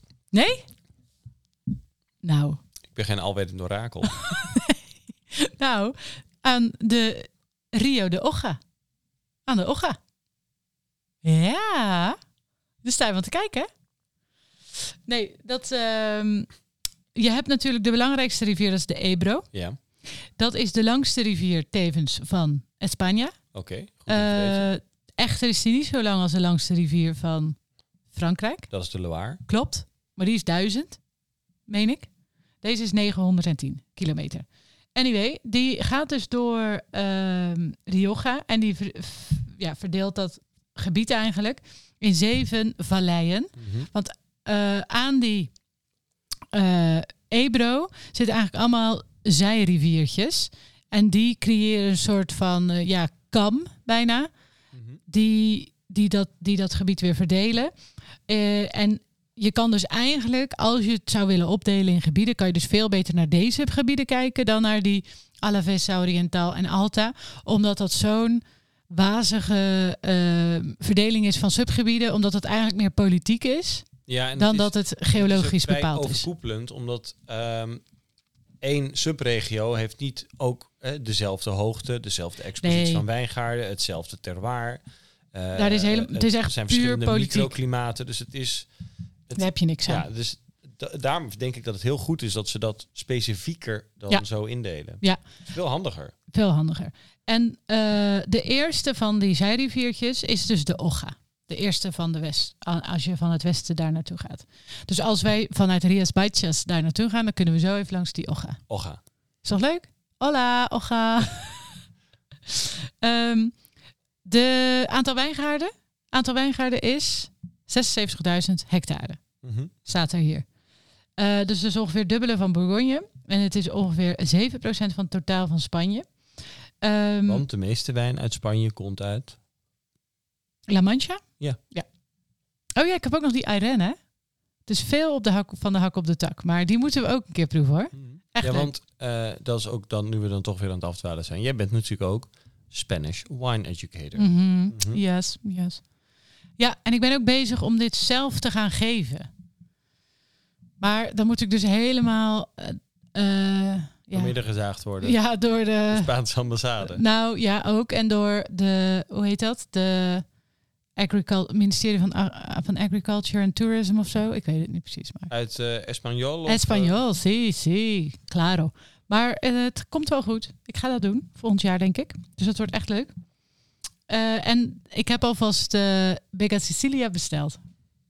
Speaker 2: Nou,
Speaker 1: ik ben geen alwetend
Speaker 2: [LAUGHS]
Speaker 1: orakel.
Speaker 2: nou aan de Rio de Oga. Aan de Oga. Ja. Dus sta je van te kijken, hè? Nee, dat... ehm, je hebt natuurlijk de belangrijkste rivier, dat is de Ebro.
Speaker 1: ja, oké.
Speaker 2: Dat is de langste rivier tevens van Spanje.
Speaker 1: goed om te weten.
Speaker 2: Eh, echter is die niet zo lang als de langste rivier van Frankrijk.
Speaker 1: dat is de Loire.
Speaker 2: Klopt. Maar die is 1000, meen ik. Deze is 910 kilometer. Anyway, die gaat dus door ehm, Rioja en die ver- f- ja, verdeelt dat gebied eigenlijk in zeven valleien. Eh, aan die eh, Ebro zitten eigenlijk allemaal zijriviertjes. En die creëren een soort van eh, ja, kam bijna
Speaker 1: Mhm.
Speaker 2: die, die, dat, die dat gebied weer verdelen. Eh, en je kan dus eigenlijk, als je het zou willen opdelen in gebieden, kan je dus veel beter naar deze gebieden kijken dan naar die Alavesa Oriental en Alta. Omdat dat zo'n wazige eh, verdeling is van subgebieden, omdat het eigenlijk meer politiek is
Speaker 1: Ja, en
Speaker 2: dan
Speaker 1: het is-
Speaker 2: dat het
Speaker 1: Dus het is ook
Speaker 2: geologisch
Speaker 1: vrij
Speaker 2: bepaald is.
Speaker 1: overkoepelend, omdat ehm, één subregio heeft niet ook eh, dezelfde hoogte, dezelfde expositie
Speaker 2: Nee.
Speaker 1: van wijngaarden, hetzelfde terroir. Eh,
Speaker 2: Daar is hele- het is echt
Speaker 1: er zijn
Speaker 2: puur
Speaker 1: verschillende
Speaker 2: politiek.
Speaker 1: microklimaten, dus het is...
Speaker 2: Daar heb je niks aan.
Speaker 1: Ja, dus da- daarom denk ik dat het heel goed is dat ze dat specifieker dan
Speaker 2: Ja.
Speaker 1: zo indelen.
Speaker 2: Ja.
Speaker 1: Het is Veel handiger.
Speaker 2: Veel handiger. En eh, de eerste van die zijriviertjes is dus de Oga. De eerste van de west, a- als je van het westen daar naartoe gaat. Dus als wij vanuit Rias Baixas daar naartoe gaan, dan kunnen we zo even langs die Oga.
Speaker 1: Oga.
Speaker 2: Is toch leuk? Hola, Oga. [LAUGHS] Ehm, de aantal wijngaarden, aantal wijngaarden is 76.000 hectare
Speaker 1: Mhm.
Speaker 2: staat er hier. Eh, dus dat is ongeveer het dubbele van Bourgogne. En het is ongeveer 7% van het totaal van Spanje. Ehm,
Speaker 1: Want de meeste wijn uit Spanje komt uit.
Speaker 2: La Mancha?
Speaker 1: Ja.
Speaker 2: ja. Oh ja, ik heb ook nog die Irene. hè? Het is veel op de hak, van de hak op de tak. Maar die moeten we ook een keer proeven hoor.
Speaker 1: Mhm.
Speaker 2: Echt
Speaker 1: ja,
Speaker 2: leuk.
Speaker 1: want eh, dat is ook dan, nu we dan toch weer aan het afdwalen zijn. Jij bent natuurlijk ook Spanish wine educator.
Speaker 2: Mhm.
Speaker 1: Mhm.
Speaker 2: Yes, yes. Ja, en ik ben ook bezig om dit zelf te gaan geven. Maar dan moet ik dus helemaal... eh, eh,
Speaker 1: Ja.
Speaker 2: ja.
Speaker 1: gezaagd worden.
Speaker 2: ja, door de...
Speaker 1: De Spaanse ambassade.
Speaker 2: Nou ja, ook. En door de, hoe heet dat? De agricul- ministerie van, Ag- van Agriculture and Tourism of zo. Ik weet het niet precies. Maar.
Speaker 1: Uit eh Espanol? of,
Speaker 2: Espanol, sí, sí, claro. Maar eh, het komt wel goed. Ik ga dat doen, volgend jaar denk ik. Dus dat wordt echt leuk. Eh, en ik heb alvast eh Bega Sicilia besteld.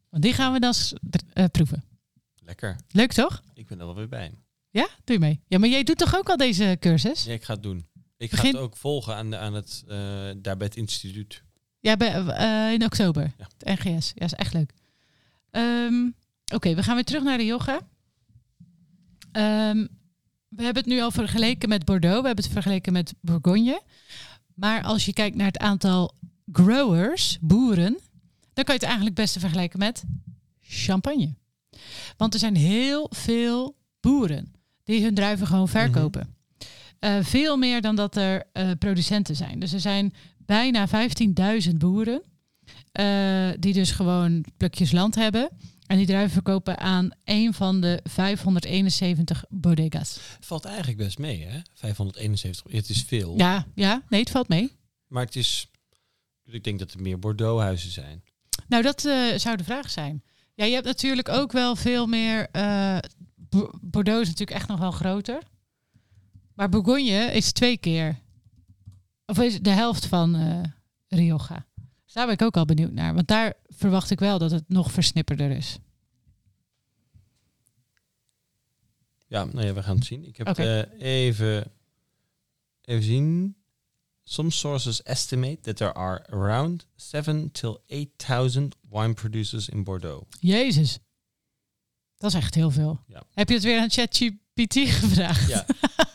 Speaker 2: Want die gaan we dan s- dr- eh, proeven.
Speaker 1: eh, lekker.
Speaker 2: Leuk toch?
Speaker 1: Ik ben er wel weer bij.
Speaker 2: Ja, doe je mee. Ja, maar jij doet toch ook al deze cursus?
Speaker 1: Ja, ik ga het doen. Ik
Speaker 2: Begin-
Speaker 1: ga het ook volgen aan, aan het, eh, daar bij het instituut.
Speaker 2: Ja, bij, eh, in oktober.
Speaker 1: Ja.
Speaker 2: Het NGS. Ja, is echt leuk. Ehm, Oké, we gaan weer terug naar de yoga. Ehm, we hebben het nu al vergeleken met Bordeaux. We hebben het vergeleken met Bourgogne. Maar als je kijkt naar het aantal growers, boeren... dan kan je het eigenlijk het beste vergelijken met champagne. Want er zijn heel veel boeren die hun druiven gewoon verkopen. Eh, veel meer dan dat er eh, producenten zijn. Dus er zijn bijna 15.000 boeren. eh, die dus gewoon plukjes land hebben. En die druiven verkopen aan een van de 571 bodegas.
Speaker 1: Valt eigenlijk best mee, hè? 571. Het is veel.
Speaker 2: Ja, ja, nee, het valt mee.
Speaker 1: Maar het is Ik denk dat er meer Bordeaux-huizen zijn.
Speaker 2: Nou, dat eh, zou de vraag zijn. Ja, je hebt natuurlijk ook wel veel meer. eh, Bo- Bordeaux is natuurlijk echt nog wel groter. Maar Bourgogne is twee keer. Of is de helft van eh Rioja. Dus daar ben ik ook al benieuwd naar. Want daar verwacht ik wel dat het nog versnipperder is.
Speaker 1: Ja, nou ja, we gaan het zien. Ik heb
Speaker 2: Oké.
Speaker 1: eh, even, even zien. Some sources estimate that there are around 7 till 8000 wine producers in Bordeaux.
Speaker 2: Jezus. Dat is echt heel veel.
Speaker 1: Ja.
Speaker 2: Heb je het weer aan ChatGPT gevraagd?
Speaker 1: Ja.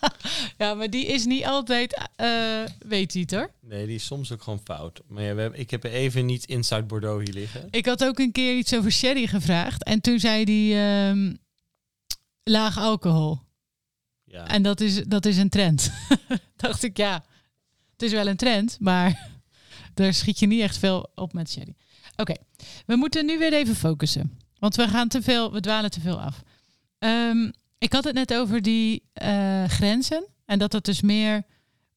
Speaker 2: [LAUGHS] ja, maar die is niet altijd. eh, weet hij het hoor.
Speaker 1: Nee, die is soms ook gewoon fout. Maar ja, we hebben, ik heb even niet Inside Bordeaux hier liggen.
Speaker 2: Ik had ook een keer iets over sherry gevraagd. En toen zei die ehm, laag alcohol.
Speaker 1: Ja.
Speaker 2: En dat is, dat is een trend. [LAUGHS] Dacht ik, ja, het is wel een trend, maar [LAUGHS] daar schiet je niet echt veel op met sherry. Oké, we moeten nu weer even focussen. Want we gaan te veel, we dwalen te veel af. Ehm, ik had het net over die eh, grenzen. En dat dat dus meer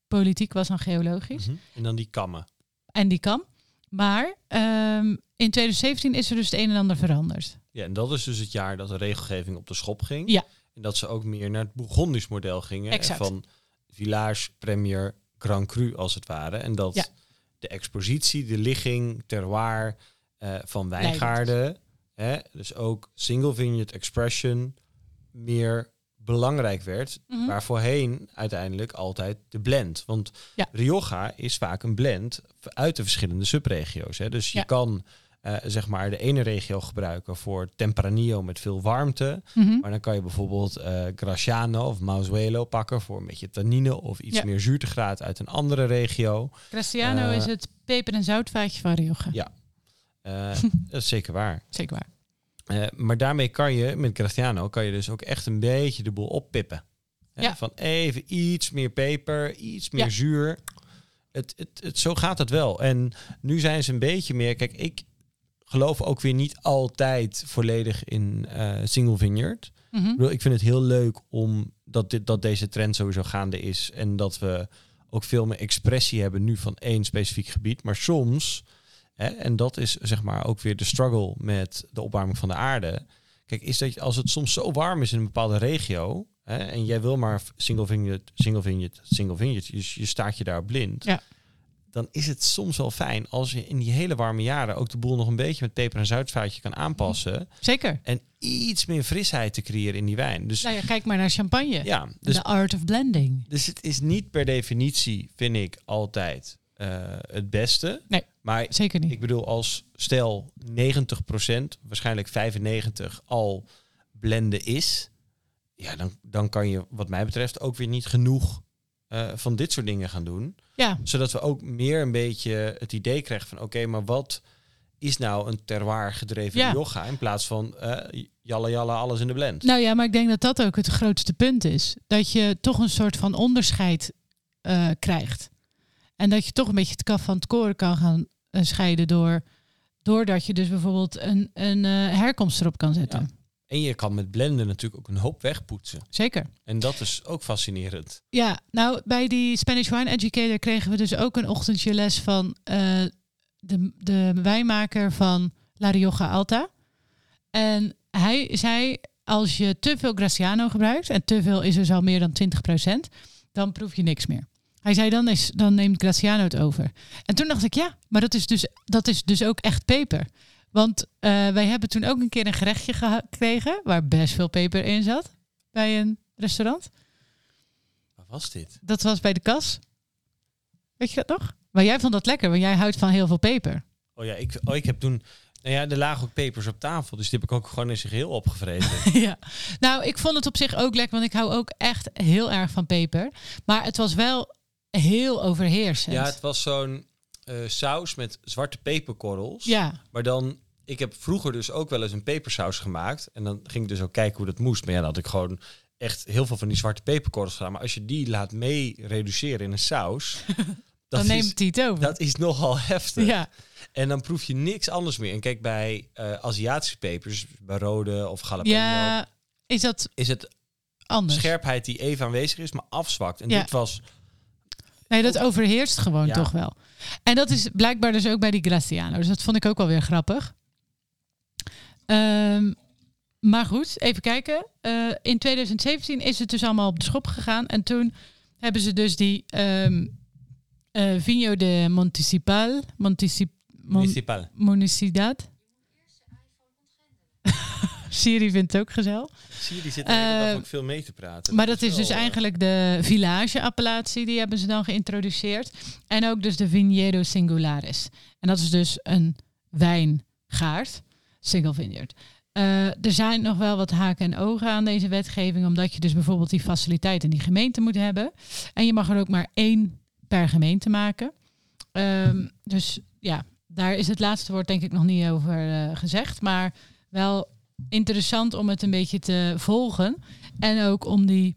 Speaker 2: politiek was dan geologisch
Speaker 1: Mhm. En dan die kammen.
Speaker 2: en die kan. Maar ehm, in 2017 is er dus het een en ander veranderd.
Speaker 1: Ja, en dat is dus het jaar dat de regelgeving op de schop ging.
Speaker 2: Ja.
Speaker 1: En dat ze ook meer naar het Bourgondisch model gingen. En
Speaker 2: Exact.
Speaker 1: Van Village, Premier, Grand Cru als het ware. En dat
Speaker 2: Ja.
Speaker 1: de expositie, de ligging, terroir eh, van wijngaarden... Hè, dus ook single vineyard expression meer belangrijk werd.
Speaker 2: Mhm.
Speaker 1: Maar voorheen uiteindelijk altijd de blend. Want
Speaker 2: Ja.
Speaker 1: Rioja is vaak een blend uit de verschillende subregio's. Hè. Dus je
Speaker 2: Ja.
Speaker 1: kan eh, zeg maar de ene regio gebruiken voor Tempranillo met veel warmte.
Speaker 2: Mhm.
Speaker 1: Maar dan kan je bijvoorbeeld eh Graciano of Mausuelo pakken voor een beetje tannine of iets
Speaker 2: Ja.
Speaker 1: meer zuurtegraad uit een andere regio.
Speaker 2: Graciano
Speaker 1: Eh,
Speaker 2: is het peper- en zoutvaatje van Rioja.
Speaker 1: Ja. Eh,
Speaker 2: [LAUGHS]
Speaker 1: dat is zeker waar.
Speaker 2: Zeker waar.
Speaker 1: Eh, maar daarmee kan je, met Graciano, kan je dus ook echt een beetje de boel oppippen. Hè,
Speaker 2: Ja.
Speaker 1: Van even iets meer peper, iets meer
Speaker 2: Ja.
Speaker 1: zuur. Het, het, het, zo gaat het wel. En nu zijn ze een beetje meer... Kijk, ik geloof ook weer niet altijd volledig in eh, single vineyard.
Speaker 2: Mhm.
Speaker 1: Ik bedoel, ik vind het heel leuk om dat, dit, dat deze trend sowieso gaande is. En dat we ook veel meer expressie hebben nu van één specifiek gebied. Maar soms, hè, en dat is zeg maar ook weer de struggle met de opwarming van de aarde. Kijk, is dat je- als het soms zo warm is in een bepaalde regio. Hè, en jij wil maar single vineyard, single vineyard, single vineyard. Je, je staat je daar blind.
Speaker 2: Ja.
Speaker 1: Dan is het soms wel fijn als je in die hele warme jaren ook de boel nog een beetje met peper en zoutvaatje
Speaker 2: Mhm.
Speaker 1: kan aanpassen.
Speaker 2: Zeker.
Speaker 1: En iets meer frisheid te creëren in die wijn. Dus
Speaker 2: Nou ja, kijk maar naar champagne.
Speaker 1: ja, dus,
Speaker 2: The art of blending.
Speaker 1: dus het is niet per definitie, vind ik, altijd eh, het beste.
Speaker 2: Nee.
Speaker 1: Maar
Speaker 2: Zeker niet.
Speaker 1: ik bedoel, als stel 90%, waarschijnlijk 95% al blenden is, ja, dan, dan kan je wat mij betreft ook weer niet genoeg eh, van dit soort dingen gaan doen.
Speaker 2: Ja,
Speaker 1: Zodat we ook meer een beetje het idee krijgen van, oké, maar wat is nou een terroir gedreven
Speaker 2: Ja.
Speaker 1: yoga in plaats van eh jalla jalla alles in de blend?
Speaker 2: nou ja, maar ik denk dat dat ook het grootste punt is. Dat je toch een soort van onderscheid eh, krijgt. En dat je toch een beetje het kaf van het koren kan gaan eh, scheiden door... doordat je dus bijvoorbeeld een, een eh, herkomst erop kan zetten.
Speaker 1: Ja. En je kan met blenden natuurlijk ook een hoop wegpoetsen.
Speaker 2: Zeker.
Speaker 1: En dat is ook fascinerend.
Speaker 2: Ja, nou, bij die Spanish Wine Educator kregen we dus ook een ochtendje les van eh, de, de wijnmaker van La Rioja Alta. En hij zei, als je te veel Graciano gebruikt, en te veel is dus al meer dan 20%, dan proef je niks meer. Hij zei, dan, is, dan neemt Graciano het over. En toen dacht ik, ja, maar dat is dus, dat is dus ook echt peper. Want eh, wij hebben toen ook een keer een gerechtje geha- gekregen waar best veel peper in zat bij een restaurant.
Speaker 1: Wat was dit?
Speaker 2: Dat was bij de kas. Weet je dat nog? Maar jij vond dat lekker, want jij houdt van heel veel peper.
Speaker 1: Oh ja, ik, oh, ik heb toen... Nou ja, er lagen ook pepers op tafel. Dus die heb ik ook gewoon in zijn geheel opgevreten.
Speaker 2: ja. Nou, ik vond het op zich ook lekker, want ik hou ook echt heel erg van peper. Maar het was wel heel overheersend.
Speaker 1: [LAUGHS] ja, het was zo'n eh, saus met zwarte peperkorrels.
Speaker 2: ja.
Speaker 1: Maar dan... Ik heb vroeger dus ook wel eens een pepersaus gemaakt. En dan ging ik dus ook kijken hoe dat moest. Maar ja, dan had ik gewoon echt heel veel van die zwarte peperkorrels gedaan. Maar als je die laat mee reduceren in een
Speaker 2: [LAUGHS]
Speaker 1: saus... dat,
Speaker 2: dan
Speaker 1: is,
Speaker 2: neemt hij het over.
Speaker 1: dat is nogal heftig.
Speaker 2: ja.
Speaker 1: En dan proef je niks anders meer. En kijk, bij eh, Aziatische pepers, bij rode of jalapeno,
Speaker 2: ja, is dat
Speaker 1: is het
Speaker 2: anders?
Speaker 1: scherpheid die even aanwezig is, maar afzwakt. En
Speaker 2: Ja.
Speaker 1: dit was
Speaker 2: Nee, dat overheerst gewoon
Speaker 1: Ja.
Speaker 2: toch wel. En dat is blijkbaar dus ook bij die Graciano. Dus dat vond ik ook wel weer grappig. Ehm, maar goed, even kijken. Eh, in 2017 is het dus allemaal op de schop gegaan. En toen hebben ze dus die ehm eh, Vigno de Montecipal, Montecip, Mon-
Speaker 1: Municipal.
Speaker 2: Municipalidad. [LAUGHS] Siri vindt het ook gezellig.
Speaker 1: Zie je, die zit
Speaker 2: de hele dag Eh, ook
Speaker 1: veel mee te praten.
Speaker 2: Maar dat is dus eigenlijk de village-appellatie, die hebben ze dan geïntroduceerd. En ook dus de Vignedo Singularis. En dat is dus een wijngaard, single vineyard. Eh, er zijn nog wel wat haken en ogen aan deze wetgeving, omdat je dus bijvoorbeeld die faciliteit in die gemeente moet hebben. En je mag er ook maar één per gemeente maken. Ehm, dus ja, daar is het laatste woord denk ik nog niet over eh, gezegd. Maar wel interessant om het een beetje te volgen. En ook om die,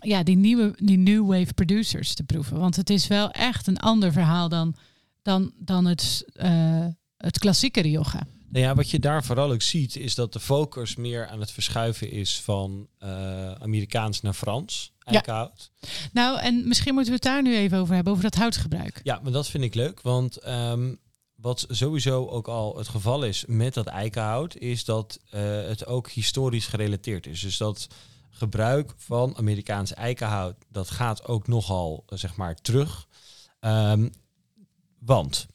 Speaker 2: ja, die, nieuwe, die new wave producers te proeven. Want het is wel echt een ander verhaal dan, dan, dan het, eh, het klassieke Rioja.
Speaker 1: Nou ja, wat je daar vooral ook ziet, is dat de focus meer aan het verschuiven is van eh, Amerikaans naar Frans. Eikenhout.
Speaker 2: Nou, en misschien moeten we het daar nu even over hebben, over dat houtgebruik.
Speaker 1: Ja, maar dat vind ik leuk, want ehm, wat sowieso ook al het geval is met dat eikenhout, is dat eh, het ook historisch gerelateerd is. Dus dat gebruik van Amerikaans eikenhout, dat gaat ook nogal, eh, zeg maar, terug. Ehm, want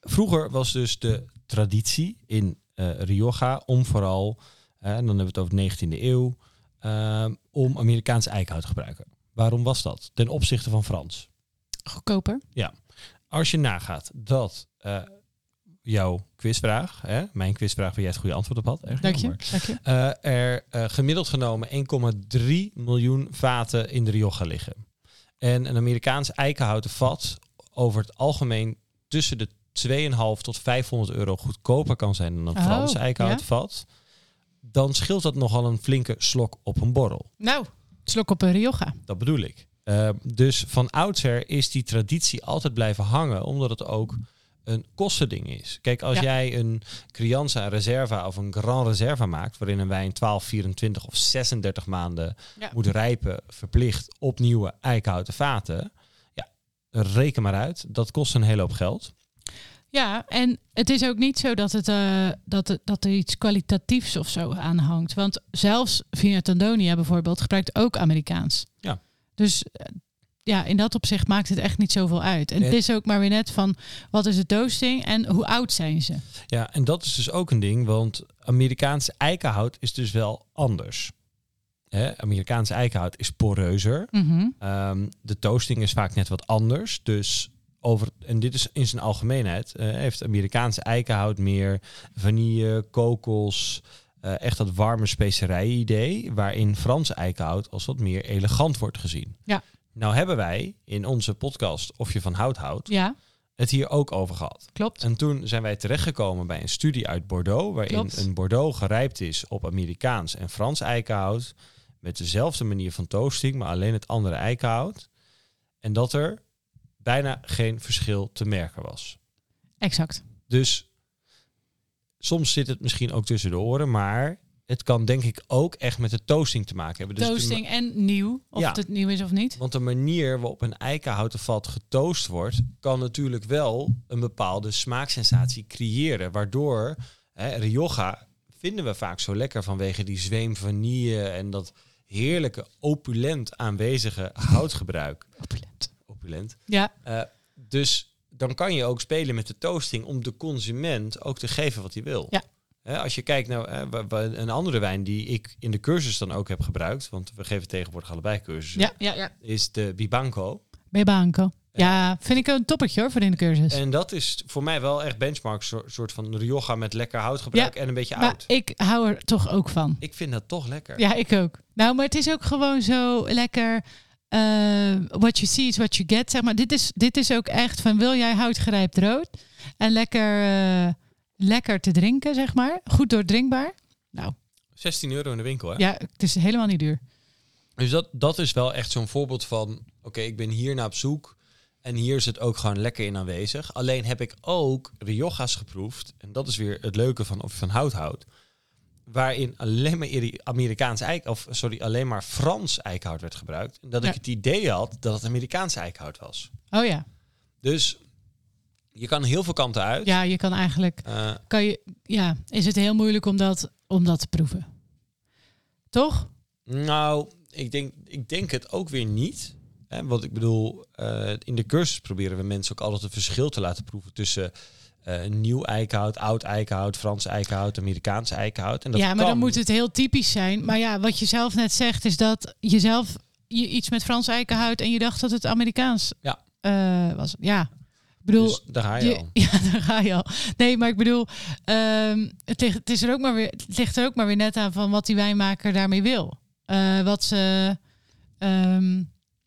Speaker 1: vroeger was dus de traditie in eh, Rioja om vooral, eh, en dan hebben we het over de 19e eeuw, ehm, om Amerikaans eikenhout te gebruiken. Waarom was dat ten opzichte van Frans?
Speaker 2: Goedkoper.
Speaker 1: als je nagaat dat eh, jouw quizvraag, hè, mijn quizvraag waar jij het goede antwoord op had, erg
Speaker 2: Dank je.
Speaker 1: jammer,
Speaker 2: Dank je.
Speaker 1: eh, er eh, gemiddeld genomen 1,3 miljoen vaten in de Rioja liggen. En een Amerikaans eikenhouten vat over het algemeen tussen de 2,5 tot 500 euro goedkoper kan zijn dan een
Speaker 2: Oh,
Speaker 1: Frans eikenhouten vat. Dan scheelt dat nogal een flinke slok op een borrel.
Speaker 2: Nou, slok op een Rioja.
Speaker 1: Dat bedoel ik. Eh, dus van oudsher is die traditie altijd blijven hangen, omdat het ook een kostending is. Kijk, als
Speaker 2: Ja.
Speaker 1: jij een Crianza Reserva of een Grand Reserva maakt, waarin een wijn 12, 24 of 36 maanden
Speaker 2: Ja.
Speaker 1: moet rijpen, verplicht op nieuwe eikenhouten vaten, ja, reken maar uit, dat kost een hele hoop geld.
Speaker 2: Ja, en het is ook niet zo dat, het, eh, dat, het- dat er iets kwalitatiefs of zo aan hangt. Want zelfs Vina Tandonia bijvoorbeeld gebruikt ook Amerikaans.
Speaker 1: Ja.
Speaker 2: Dus eh, ja, in dat opzicht maakt het echt niet zoveel uit. En
Speaker 1: Nee.
Speaker 2: het is ook maar weer net van wat is de toasting en hoe oud zijn ze?
Speaker 1: Ja, en dat is dus ook een ding, want Amerikaans eikenhout is dus wel anders. Hè? Amerikaans eikenhout is poreuzer.
Speaker 2: Mhm.
Speaker 1: Ehm, de toasting is vaak net wat anders. Dus over, en dit is in zijn algemeenheid, eh, heeft Amerikaanse eikenhout meer vanille, kokos, eh, echt dat warme specerij-idee, waarin Frans eikenhout als wat meer elegant wordt gezien.
Speaker 2: Ja.
Speaker 1: Nou hebben wij in onze podcast Of je van hout houdt,
Speaker 2: Ja,
Speaker 1: het hier ook over gehad.
Speaker 2: klopt.
Speaker 1: En toen zijn wij terechtgekomen bij een studie uit Bordeaux, waarin
Speaker 2: Klopt.
Speaker 1: een Bordeaux gerijpt is op Amerikaans en Frans eikenhout, met dezelfde manier van toasting, maar alleen het andere eikenhout. En dat er bijna geen verschil te merken was.
Speaker 2: Exact.
Speaker 1: Dus soms zit het misschien ook tussen de oren, maar het kan denk ik ook echt met de toasting te maken hebben. Dus de ma-
Speaker 2: toasting en nieuw, of
Speaker 1: Ja.
Speaker 2: het het nieuw is of niet.
Speaker 1: want de manier waarop een eikenhouten vat getoost wordt, kan natuurlijk wel een bepaalde smaaksensatie creëren. Waardoor hè, Rioja vinden we vaak zo lekker vanwege die zweem vanille en dat heerlijke, opulent aanwezige houtgebruik.
Speaker 2: Opulent.
Speaker 1: Opulent.
Speaker 2: Ja,
Speaker 1: Eh, dus dan kan je ook spelen met de toasting om de consument ook te geven wat hij wil.
Speaker 2: Ja.
Speaker 1: Hè, als je kijkt naar eh, wa- wa- een andere wijn die ik in de cursus dan ook heb gebruikt, want we geven tegenwoordig allebei cursussen,
Speaker 2: ja, ja. ja.
Speaker 1: is de Bibanco.
Speaker 2: Bebanco. Ja, vind ik een toppertje hoor voor in de cursus.
Speaker 1: En dat is voor mij wel echt benchmark, zo- soort van Rioja met lekker houtgebruik en een beetje
Speaker 2: maar
Speaker 1: oud.
Speaker 2: ik hou er toch ook van.
Speaker 1: Ik vind dat toch lekker.
Speaker 2: Ja, ik ook. Nou, maar het is ook gewoon zo lekker. eh, what you see is what you get, zeg maar. Dit is, dit is ook echt van wil jij houtgerijpt rood en lekker, eh, lekker te drinken, zeg maar. Goed doordrinkbaar.
Speaker 1: 16 euro in de winkel, hè?
Speaker 2: Ja, het is helemaal niet duur.
Speaker 1: Dus dat, dat is wel echt zo'n voorbeeld van, oké, ik ben hier naar op zoek en hier is het ook gewoon lekker in aanwezig. Alleen heb ik ook Rioja's geproefd en dat is weer het leuke van of je van hout houdt. waarin alleen maar Iri- Amerikaans eik, of sorry, alleen maar Frans eikhout werd gebruikt. En dat
Speaker 2: Ja.
Speaker 1: ik het idee had dat het Amerikaans eikhout was.
Speaker 2: Oh ja.
Speaker 1: Dus je kan heel veel kanten uit.
Speaker 2: Ja, je kan eigenlijk.
Speaker 1: Eh,
Speaker 2: Kan je, ja, is het heel moeilijk om dat, om dat te proeven? Toch?
Speaker 1: nou, ik denk, ik denk het ook weer niet. Hè, want ik bedoel, eh, in de cursus proberen we mensen ook altijd een verschil te laten proeven tussen eh, nieuw eikhout, oud eikhout, Frans eikhout, Amerikaans eikhout. En dat
Speaker 2: ja, maar
Speaker 1: kan.
Speaker 2: dan moet het heel typisch zijn. Maar ja, wat je zelf net zegt is dat je zelf je iets met Frans eikenhout en je dacht dat het Amerikaans
Speaker 1: Ja.
Speaker 2: eh, was. Ja, ik bedoel,
Speaker 1: Dus daar ga je,
Speaker 2: je-
Speaker 1: al.
Speaker 2: [LAUGHS] ja, daar ga je al. Nee, maar ik bedoel, ehm, het, ligt, het, is er ook maar weer, het ligt er ook maar weer net aan van wat die wijnmaker daarmee wil. Eh, wat ze, ehm,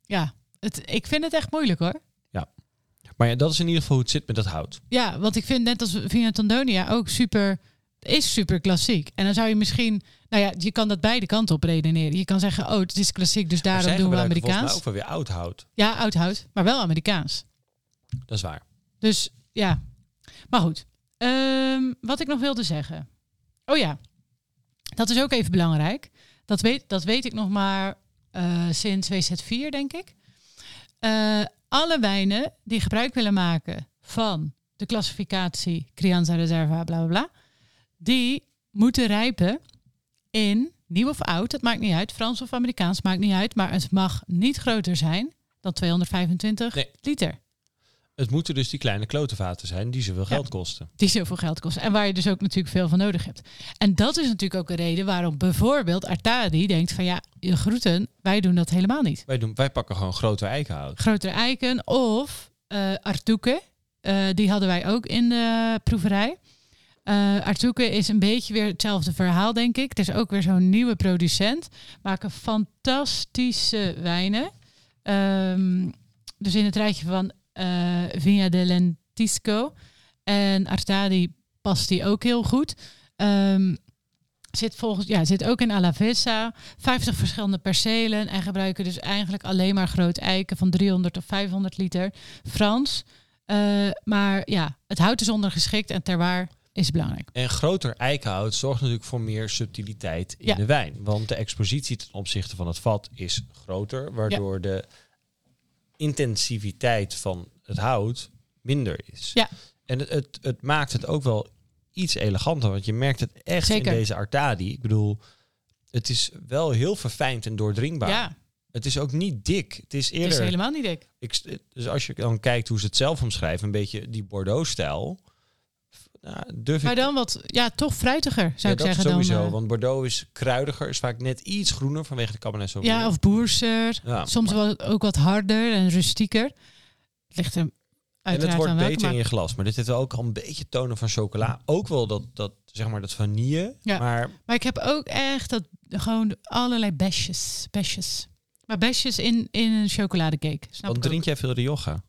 Speaker 2: ja, het, ik vind het echt moeilijk hoor.
Speaker 1: Maar ja, dat is in ieder geval hoe het zit met dat hout.
Speaker 2: Ja, want ik vind net als Vina Tandonia ook super, is super klassiek. En dan zou je misschien, nou ja, je kan dat beide kanten op redeneren. Je kan zeggen, oh, het is klassiek, dus
Speaker 1: Maar
Speaker 2: daarom
Speaker 1: zij
Speaker 2: doen we
Speaker 1: gebruiken volgens mij
Speaker 2: Amerikaans.
Speaker 1: ook wel weer oud hout.
Speaker 2: Ja, oud hout, maar wel Amerikaans.
Speaker 1: Dat is waar.
Speaker 2: Dus ja, maar goed. Ehm, wat ik nog wilde zeggen. Oh ja, dat is ook even belangrijk. Dat weet, dat weet ik nog maar eh, sinds WZ4, denk ik. Eh, alle wijnen die gebruik willen maken van de klassificatie Crianza Reserva, bla bla bla, die moeten rijpen in nieuw of oud, dat maakt niet uit, Frans of Amerikaans maakt niet uit, maar het mag niet groter zijn dan 225
Speaker 1: Nee.
Speaker 2: liter.
Speaker 1: Het moeten dus die kleine klotenvaten zijn die zoveel geld kosten.
Speaker 2: die zoveel geld kosten. En waar je dus ook natuurlijk veel van nodig hebt. En dat is natuurlijk ook een reden waarom bijvoorbeeld Artadi denkt van ja, je groeten, wij doen dat helemaal niet.
Speaker 1: Wij, doen, wij pakken gewoon grote eikenhout.
Speaker 2: Grotere eiken of eh Artoeken, eh, die hadden wij ook in de proeverij. Eh Artoeken is een beetje weer hetzelfde verhaal, denk ik. Het is ook weer zo'n nieuwe producent. Maken fantastische wijnen. Ehm, dus in het rijtje van eh Vigna de Lentisco en Artadi past die ook heel goed. Ehm, zit, volgens, ja, zit ook in Alavesa. 50 verschillende percelen en gebruiken dus eigenlijk alleen maar groot eiken van 300 of 500 liter Frans. Eh, maar ja, het hout is ondergeschikt en terwaar is belangrijk.
Speaker 1: En groter eikenhout zorgt natuurlijk voor meer subtiliteit in
Speaker 2: Ja.
Speaker 1: de wijn. Want de expositie ten opzichte van het vat is groter, waardoor de intensiviteit van het hout minder is.
Speaker 2: Ja.
Speaker 1: En het, het, het maakt het ook wel iets eleganter, want je merkt het echt
Speaker 2: Zeker.
Speaker 1: in deze Artadi. Ik bedoel, het is wel heel verfijnd en doordringbaar.
Speaker 2: Ja,
Speaker 1: Het is ook niet dik. Het is
Speaker 2: het
Speaker 1: eerder
Speaker 2: is helemaal niet dik.
Speaker 1: ik, st- dus als je dan kijkt hoe ze het zelf omschrijven, een beetje die Bordeaux-stijl. f- Nou, durf
Speaker 2: Maar
Speaker 1: ik
Speaker 2: dan wat, ja, toch fruitiger zou
Speaker 1: ja,
Speaker 2: ik
Speaker 1: dat
Speaker 2: zeggen.
Speaker 1: sowieso,
Speaker 2: dan, eh,
Speaker 1: want Bordeaux is kruidiger, is vaak net iets groener vanwege de Cabernet Sauvignon.
Speaker 2: ja, of boerser.
Speaker 1: Ja,
Speaker 2: soms
Speaker 1: maar-
Speaker 2: wel ook wat harder en rustieker. Het ligt er
Speaker 1: en het
Speaker 2: uiteraard
Speaker 1: wordt
Speaker 2: aan welke,
Speaker 1: beter in je glas, maar dit heeft wel ook al een beetje tonen van chocola. Ook wel dat, dat zeg maar, dat vanille.
Speaker 2: Ja.
Speaker 1: Maar
Speaker 2: Maar ik heb ook echt dat gewoon allerlei besjes. besjes. Maar besjes in, in een chocoladecake. Snap
Speaker 1: dan
Speaker 2: ik
Speaker 1: drink jij veel Rioja.
Speaker 2: ook.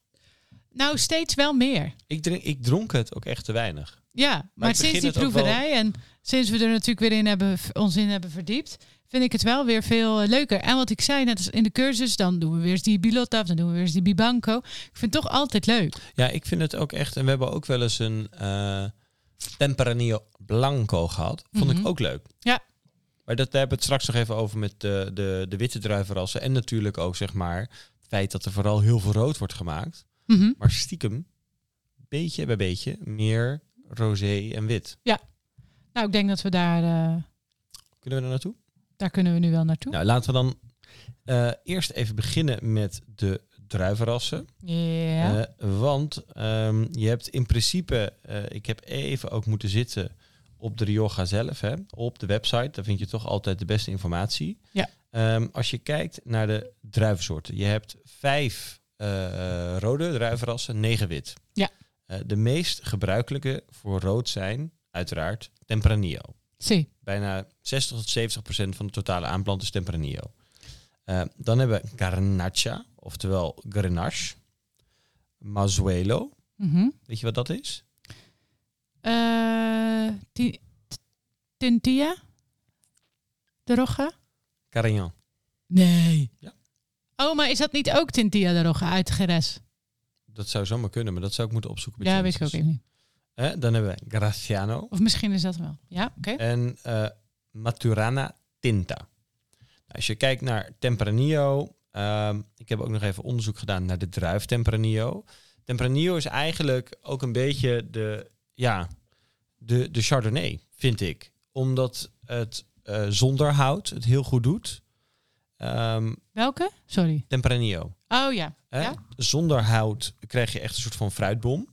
Speaker 2: Nou, steeds wel meer.
Speaker 1: Ik, drink, ik dronk het ook echt te weinig.
Speaker 2: Ja, maar,
Speaker 1: ik
Speaker 2: sinds
Speaker 1: begin
Speaker 2: die
Speaker 1: het ook wel-
Speaker 2: proeverij en sinds we er natuurlijk weer in hebben, ons in hebben verdiept, vind ik het wel weer veel eh, leuker. En wat ik zei net als in de cursus, dan doen we weer eens die Bilotta of dan doen we weer eens die Bibanco. Ik vind het toch altijd leuk.
Speaker 1: Ja, ik vind het ook echt. En we hebben ook wel eens een eh Temperanillo Blanco gehad. Vond
Speaker 2: Mhm.
Speaker 1: ik ook leuk.
Speaker 2: Ja.
Speaker 1: Maar dat, daar hebben we het straks nog even over met de, de, de witte druivenrassen. En natuurlijk ook, zeg maar, het feit dat er vooral heel veel rood wordt gemaakt.
Speaker 2: Mhm.
Speaker 1: Maar stiekem, beetje bij beetje, meer rosé en wit.
Speaker 2: Nou, ik denk dat we daar, eh,
Speaker 1: Kunnen we daar naartoe?
Speaker 2: daar kunnen we nu wel naartoe.
Speaker 1: Nou, laten we dan eh, eerst even beginnen met de druivenrassen.
Speaker 2: Ja.
Speaker 1: Eh, want ehm, je hebt in principe, eh, ik heb even ook moeten zitten op de Rioja zelf, hè, op de website. Daar vind je toch altijd de beste informatie.
Speaker 2: Ja.
Speaker 1: Ehm, als je kijkt naar de druivensoorten, je hebt vijf eh, rode druivenrassen, negen wit.
Speaker 2: Ja.
Speaker 1: Eh, de meest gebruikelijke voor rood zijn uiteraard Tempranillo.
Speaker 2: Zie.
Speaker 1: Bijna 60 tot 70 procent van de totale aanplant is Tempranillo. Eh, dan hebben we Garnacha, oftewel Grenache. Mazuelo.
Speaker 2: Mhm.
Speaker 1: Weet je wat dat is?
Speaker 2: Eh, Ti- Tintia? De Rocha?
Speaker 1: Carignan.
Speaker 2: Nee.
Speaker 1: Ja.
Speaker 2: Oh, maar is dat niet ook Tintia de Rocha uit Geres?
Speaker 1: Dat zou zomaar kunnen, maar dat zou ik moeten opzoeken. bij
Speaker 2: Ja, weet ik ook
Speaker 1: Genesis.
Speaker 2: even niet.
Speaker 1: Eh, dan hebben we Graciano.
Speaker 2: Of misschien is dat wel. Ja, oké.
Speaker 1: En eh Maturana Tinta. Nou, Als je kijkt naar Tempranillo, ehm, ik heb ook nog even onderzoek gedaan naar de druif Tempranillo. Tempranillo is eigenlijk ook een beetje de, ja, de, de Chardonnay, vind ik. Omdat het eh, zonder hout het heel goed doet. Ehm,
Speaker 2: Welke? Sorry.
Speaker 1: Tempranillo.
Speaker 2: Oh ja.
Speaker 1: Hè?
Speaker 2: Ja.
Speaker 1: Zonder hout krijg je echt een soort van fruitbom.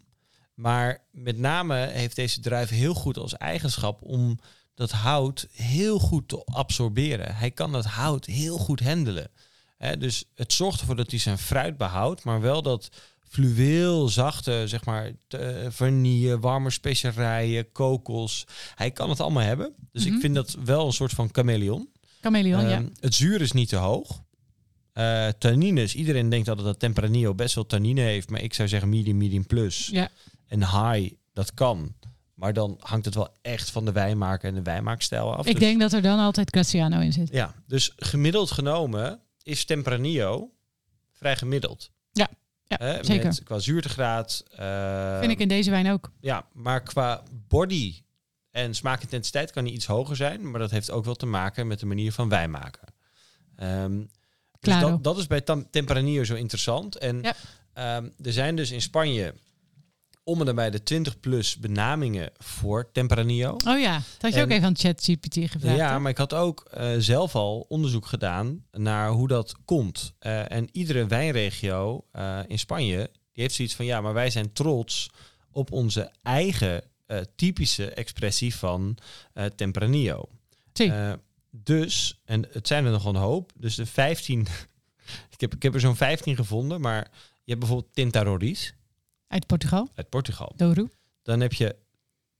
Speaker 1: Maar met name heeft deze druif heel goed als eigenschap om dat hout heel goed te absorberen. Hij kan dat hout heel goed handelen. Hè, dus het zorgt ervoor dat hij zijn fruit behoudt, maar wel dat fluweel zachte, zeg maar, eh, vanille, warme specerijen, kokos. Hij kan het allemaal hebben. Dus
Speaker 2: Mhm.
Speaker 1: ik vind dat wel een soort van chameleon.
Speaker 2: Chameleon, ja.
Speaker 1: Ehm, Het zuur is niet te hoog. Eh tannines, iedereen denkt altijd dat Tempranillo best wel tannine heeft, maar ik zou zeggen medium, medium plus.
Speaker 2: Ja.
Speaker 1: En high, dat kan. Maar dan hangt het wel echt van de wijnmaker en de wijnmaakstijl af.
Speaker 2: Ik
Speaker 1: Dus-
Speaker 2: denk dat er dan altijd Graziano in zit.
Speaker 1: Ja, dus gemiddeld genomen is Tempranillo vrij gemiddeld.
Speaker 2: Ja,
Speaker 1: Hè,
Speaker 2: zeker.
Speaker 1: Met, qua zuurtegraad. eh,
Speaker 2: Vind ik in deze wijn ook.
Speaker 1: ja, maar qua body en smaakintensiteit kan die iets hoger zijn. Maar dat heeft ook wel te maken met de manier van wijn maken. Ehm, dus
Speaker 2: Claro.
Speaker 1: dat, dat is bij Tam- Tempranillo zo interessant. En
Speaker 2: Ja.
Speaker 1: ehm, er zijn dus in Spanje om en nabij de 20 plus benamingen voor Tempranillo.
Speaker 2: Oh ja, dat had je
Speaker 1: En-
Speaker 2: ook even aan ChatGPT gevraagd.
Speaker 1: Ja,
Speaker 2: hè?
Speaker 1: maar ik had ook eh, zelf al onderzoek gedaan naar hoe dat komt. Eh, en iedere wijnregio eh, in Spanje, die heeft zoiets van, ja, maar wij zijn trots op onze eigen eh, typische expressie van eh, Tempranillo.
Speaker 2: Zie.
Speaker 1: Eh, dus, en het zijn er nog een hoop, dus de 15, [LAUGHS] ik, heb, ik heb er zo'n 15 gevonden, maar je hebt bijvoorbeeld Tinta Roriz
Speaker 2: Uit Portugal.
Speaker 1: uit Portugal.
Speaker 2: Douro.
Speaker 1: Dan heb je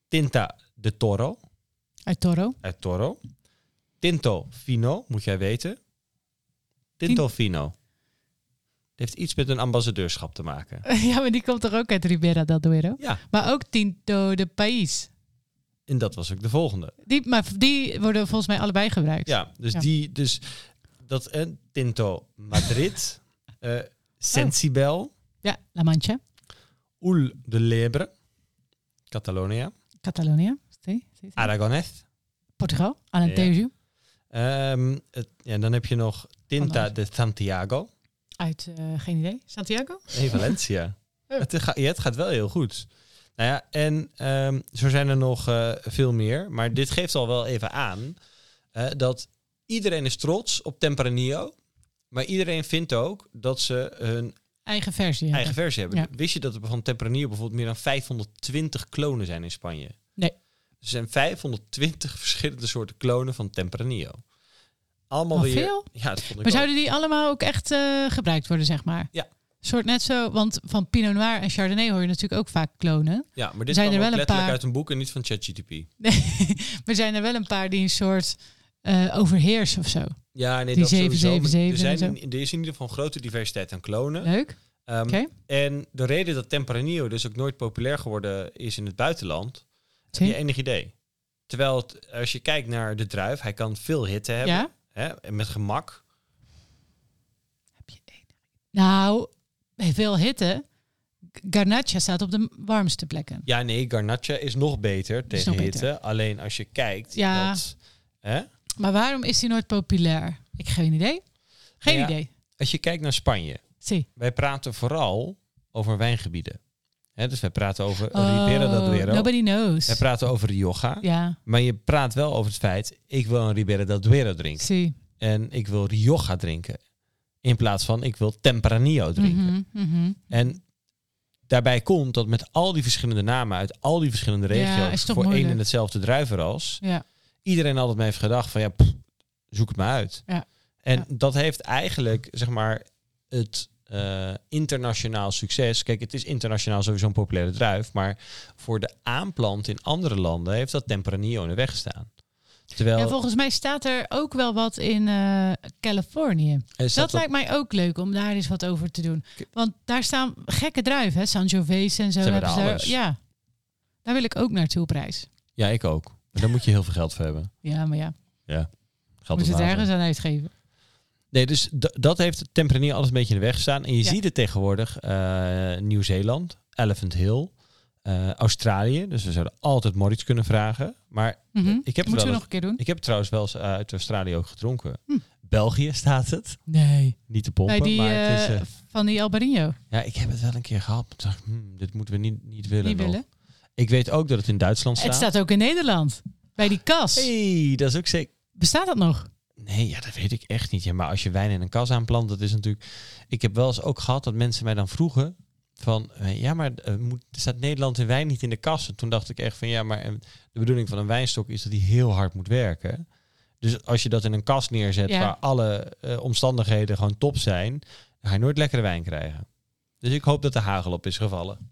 Speaker 1: Tinta de Toro
Speaker 2: Uit Toro. [LAUGHS]
Speaker 1: uit Eh, Toro. Tinto Fino, moet jij weten. Tinto Fino. Het heeft iets met een ambassadeurschap te maken.
Speaker 2: ja, maar die komt toch ook uit Ribera del Duero?
Speaker 1: Ja,
Speaker 2: Maar ook Tinto de País.
Speaker 1: en dat was ook de volgende.
Speaker 2: Die, maar die worden volgens mij allebei gebruikt.
Speaker 1: Ja, dus
Speaker 2: Ja.
Speaker 1: die, dus dat en Tinto Madrid, eh, Sensibel,
Speaker 2: Ja, La Mancha,
Speaker 1: Ul de Lebre, Catalonia,
Speaker 2: Catalonia, sí, sí, sí.
Speaker 1: Aragonés.
Speaker 2: Portugal, Alentejo,
Speaker 1: Ehm, het- ja, dan heb je nog Tinta de Santiago
Speaker 2: uit eh, geen idee, Santiago.
Speaker 1: in Valencia.
Speaker 2: Ja.
Speaker 1: Het, ga- ja, het gaat wel heel goed. Nou ja, en ehm, zo zijn er nog eh, veel meer. Maar dit geeft al wel even aan eh, dat iedereen is trots op Tempranillo. Maar iedereen vindt ook dat ze hun
Speaker 2: Eigen versie.
Speaker 1: eigen versie hebben.
Speaker 2: Ja.
Speaker 1: Wist je dat er van Tempranillo bijvoorbeeld meer dan 520 klonen zijn in Spanje?
Speaker 2: Nee.
Speaker 1: Er zijn 520 verschillende soorten klonen van Tempranillo. Allemaal
Speaker 2: Al
Speaker 1: weer.
Speaker 2: veel.
Speaker 1: Ja, dat vond ik
Speaker 2: Maar
Speaker 1: ook.
Speaker 2: zouden die allemaal ook echt eh, gebruikt worden, zeg maar?
Speaker 1: Ja.
Speaker 2: Soort net zo, want van Pinot Noir en Chardonnay hoor je natuurlijk ook vaak klonen.
Speaker 1: Ja, maar dit kwam
Speaker 2: zijn er
Speaker 1: ook
Speaker 2: wel een
Speaker 1: letterlijk
Speaker 2: paar-
Speaker 1: uit een boek en niet van ChatGTP.
Speaker 2: Maar zijn er wel een paar die een soort eh overheers of zo.
Speaker 1: Ja, nee,
Speaker 2: Die
Speaker 1: dat sowieso.
Speaker 2: 777
Speaker 1: er, zijn,
Speaker 2: en
Speaker 1: in- er is in ieder geval een grote diversiteit aan klonen.
Speaker 2: Leuk.
Speaker 1: Ehm,
Speaker 2: Oké.
Speaker 1: En de reden dat Tempranillo dus ook nooit populair geworden is in het buitenland, heb
Speaker 2: Zie.
Speaker 1: je enig idee. Terwijl het- als je kijkt naar de druif, hij kan veel hitte hebben.
Speaker 2: Ja.
Speaker 1: Hè, en met gemak.
Speaker 2: Heb je één? Nou, bij veel hitte. G- Garnacha staat op de warmste plekken.
Speaker 1: Ja, nee, Garnacha is nog beter tegen
Speaker 2: nog
Speaker 1: hitte.
Speaker 2: beter.
Speaker 1: Alleen als je kijkt.
Speaker 2: Ja.
Speaker 1: Dat, hè?
Speaker 2: Maar waarom is die nooit populair? Ik heb geen idee. Geen
Speaker 1: Ja.
Speaker 2: idee.
Speaker 1: Als je kijkt naar Spanje,
Speaker 2: Zie.
Speaker 1: wij praten vooral over wijngebieden. Hè, dus wij praten over
Speaker 2: Oh,
Speaker 1: Ribera del Duero.
Speaker 2: Nobody knows.
Speaker 1: Wij praten over Rioja.
Speaker 2: Ja,
Speaker 1: Maar je praat wel over het feit, ik wil een Ribera del Duero drinken.
Speaker 2: zie.
Speaker 1: En ik wil Rioja drinken. In plaats van, ik wil Tempranillo drinken.
Speaker 2: Mhm, mhm.
Speaker 1: En daarbij komt dat met al die verschillende namen uit al die verschillende
Speaker 2: Ja,
Speaker 1: regio's...
Speaker 2: is toch
Speaker 1: voor één
Speaker 2: moeilijk.
Speaker 1: en hetzelfde druivenras...
Speaker 2: Ja.
Speaker 1: iedereen altijd mee heeft gedacht van, ja, pff, zoek het maar uit.
Speaker 2: Ja.
Speaker 1: En
Speaker 2: Ja.
Speaker 1: dat heeft eigenlijk, zeg maar, het... eh, internationaal succes. Kijk, het is internationaal sowieso een populaire druif. Maar voor de aanplant in andere landen heeft dat Tempranillo in de weg gestaan. Terwijl,
Speaker 2: ja, volgens mij staat er ook wel wat in eh, Californië.
Speaker 1: Er staat
Speaker 2: Dat lijkt mij ook leuk om daar eens wat over te doen.
Speaker 1: K-
Speaker 2: Want daar staan gekke druiven, hè? Sangiovese en zo.
Speaker 1: hebben
Speaker 2: hebben
Speaker 1: daar
Speaker 2: ze daar-
Speaker 1: alles.
Speaker 2: ja, daar wil ik ook naartoe op reis.
Speaker 1: Ja, ik ook. Maar daar moet je heel veel geld voor hebben.
Speaker 2: Ja, maar ja,
Speaker 1: Geld
Speaker 2: moet je
Speaker 1: op
Speaker 2: het
Speaker 1: water.
Speaker 2: ergens aan uitgeven.
Speaker 1: Nee, dus d- dat heeft Tempranillo alles een beetje in de weg gestaan. En je
Speaker 2: Ja.
Speaker 1: ziet het tegenwoordig. eh, Nieuw-Zeeland, Elephant Hill, eh, Australië. Dus we zouden altijd Moritz kunnen vragen. Maar Maar
Speaker 2: Mhm.
Speaker 1: ik heb het
Speaker 2: Moeten
Speaker 1: wel
Speaker 2: we
Speaker 1: eens-
Speaker 2: nog een keer doen?
Speaker 1: ik heb het trouwens wel eens eh, uit Australië ook gedronken.
Speaker 2: Hm.
Speaker 1: België [LAUGHS] staat het.
Speaker 2: Nee.
Speaker 1: Niet te pompen,
Speaker 2: Bij die,
Speaker 1: maar het is...
Speaker 2: eh,
Speaker 1: eh,
Speaker 2: van die Albarino.
Speaker 1: ja, ik heb het wel een keer gehad. Ik dacht, hmm, dit moeten we niet, niet willen.
Speaker 2: Die
Speaker 1: nog.
Speaker 2: willen.
Speaker 1: Ik weet ook dat het in Duitsland staat.
Speaker 2: Het staat ook in Nederland. Bij die kas.
Speaker 1: hey, dat is ook zeker...
Speaker 2: Bestaat dat nog?
Speaker 1: Nee, ja, dat weet ik echt niet. Ja, maar als je wijn in een kas aanplant, dat is natuurlijk... Ik heb wel eens ook gehad dat mensen mij dan vroegen van... eh, ja, maar eh, moet, staat Nederland in wijn niet in de kas? En toen dacht ik echt van ja, maar eh, de bedoeling van een wijnstok is dat die heel hard moet werken. Dus als je dat in een kas neerzet
Speaker 2: Ja.
Speaker 1: waar alle eh, omstandigheden gewoon top zijn... dan ga je nooit lekkere wijn krijgen. Dus ik hoop dat de hagel op is gevallen.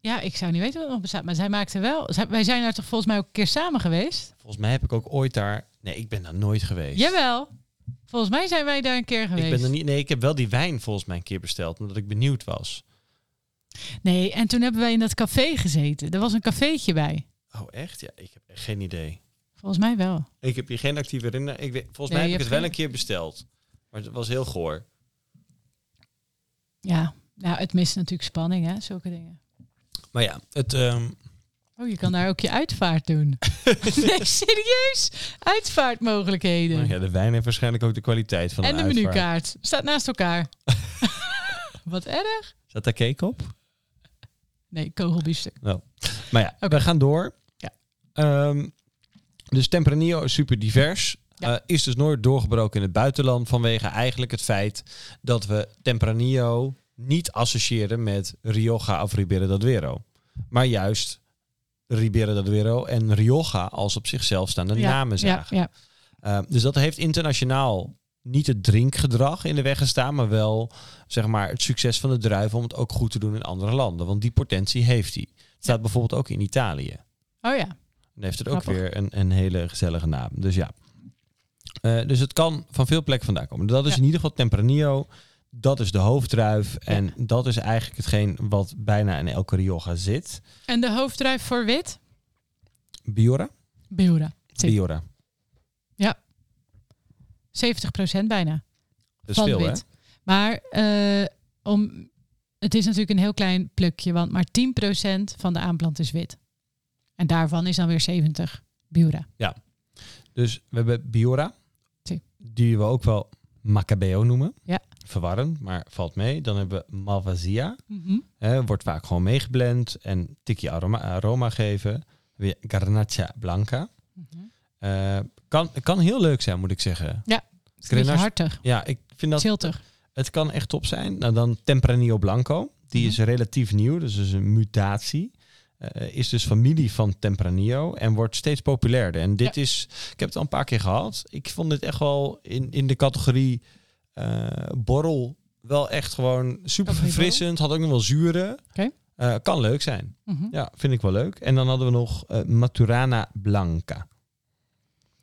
Speaker 2: Ja, ik zou niet weten wat er nog bestaat. Maar zij maakte wel... zij- wij zijn daar toch volgens mij ook een keer samen geweest?
Speaker 1: Volgens mij heb ik ook ooit daar... Nee, ik ben daar nooit geweest.
Speaker 2: Jawel. Volgens mij zijn wij daar een keer geweest.
Speaker 1: Ik ben er niet... Nee, ik heb wel die wijn volgens mij een keer besteld, omdat ik benieuwd was.
Speaker 2: Nee, en toen hebben wij in dat café gezeten. Er was een cafeetje bij.
Speaker 1: Oh, echt? Ja, ik heb echt geen idee.
Speaker 2: Volgens mij wel.
Speaker 1: Ik heb hier geen actieve herinnering. Ik weet, volgens
Speaker 2: Nee,
Speaker 1: mij
Speaker 2: je
Speaker 1: heb ik het
Speaker 2: hebt
Speaker 1: wel een keer besteld. Maar het was heel goor.
Speaker 2: Ja. Nou, het mist natuurlijk spanning, hè? Zulke dingen.
Speaker 1: Maar ja, het... ehm,
Speaker 2: Oh, je kan daar ook je
Speaker 1: [LAUGHS]
Speaker 2: uitvaart doen. nee, serieus? Uitvaartmogelijkheden.
Speaker 1: nou ja, de wijn heeft waarschijnlijk ook de kwaliteit van
Speaker 2: en de
Speaker 1: een uitvaart.
Speaker 2: menukaart. Staat naast
Speaker 1: [LAUGHS]
Speaker 2: elkaar. Wat erg.
Speaker 1: Zat daar cake op?
Speaker 2: Nee, kogelbiefstuk.
Speaker 1: Maar ja,
Speaker 2: Oké.
Speaker 1: we gaan door.
Speaker 2: Ja.
Speaker 1: Ehm, dus Tempranillo is super divers.
Speaker 2: Ja.
Speaker 1: Eh, is dus nooit doorgebroken in het buitenland vanwege eigenlijk het feit dat we Tempranillo niet associëren met Rioja of Ribera del Duero. Maar juist Ribera del Duero en Rioja als op zichzelf staande
Speaker 2: Ja,
Speaker 1: namen
Speaker 2: Ja,
Speaker 1: zagen.
Speaker 2: ja.
Speaker 1: Eh, dus dat heeft internationaal niet het drinkgedrag in de weg gestaan, maar wel zeg maar, het succes van de druiven om het ook goed te doen in andere landen. Want die potentie heeft hij. Het staat bijvoorbeeld ook in Italië.
Speaker 2: Oh ja.
Speaker 1: Dan heeft het ook
Speaker 2: Grappig.
Speaker 1: weer een, een hele gezellige naam. Dus ja. Eh, dus het kan van veel plekken vandaan komen. Dat is
Speaker 2: Ja.
Speaker 1: in ieder geval Tempranillo. Dat is de hoofddruif. En
Speaker 2: Ja.
Speaker 1: dat is eigenlijk hetgeen wat bijna in elke Rioja zit.
Speaker 2: En de hoofddruif voor wit?
Speaker 1: Biora?
Speaker 2: Beura. Zit.
Speaker 1: Biora.
Speaker 2: 70% bijna.
Speaker 1: Dat is
Speaker 2: van
Speaker 1: veel, hè?
Speaker 2: wit. Maar eh, om, het is natuurlijk een heel klein plukje, want maar 10% van de aanplant is wit. En daarvan is dan weer 70 Beura.
Speaker 1: Dus we hebben Biora,
Speaker 2: Zie.
Speaker 1: die we ook wel Macabeo noemen.
Speaker 2: Ja.
Speaker 1: Verwarrend, maar valt mee. Dan hebben we Malvasia,
Speaker 2: Mhm.
Speaker 1: hè, wordt vaak gewoon meegeblend en tikje aroma, aroma geven. Weer Garnacha Blanca.
Speaker 2: Mhm. Dus
Speaker 1: Eh, kan, kan heel leuk zijn, moet ik zeggen.
Speaker 2: Het is een beetje
Speaker 1: Grenache-
Speaker 2: hartig,
Speaker 1: Ja, ik vind dat
Speaker 2: ziltig.
Speaker 1: het kan echt top zijn. Nou, dan Tempranillo Blanco.
Speaker 2: Mhm.
Speaker 1: Die is relatief nieuw, dus is een mutatie. Eh, is dus familie van Tempranillo en wordt steeds populairder. En dit is, ik heb het al een paar keer gehad. Ik vond dit echt wel in, in de categorie eh, borrel wel echt gewoon super
Speaker 2: Categorie
Speaker 1: verfrissend. Had ook nog wel zuren.
Speaker 2: Oké.
Speaker 1: Eh, kan leuk zijn.
Speaker 2: Mhm.
Speaker 1: Ja, vind ik wel leuk. En dan hadden we nog eh, Maturana Blanca.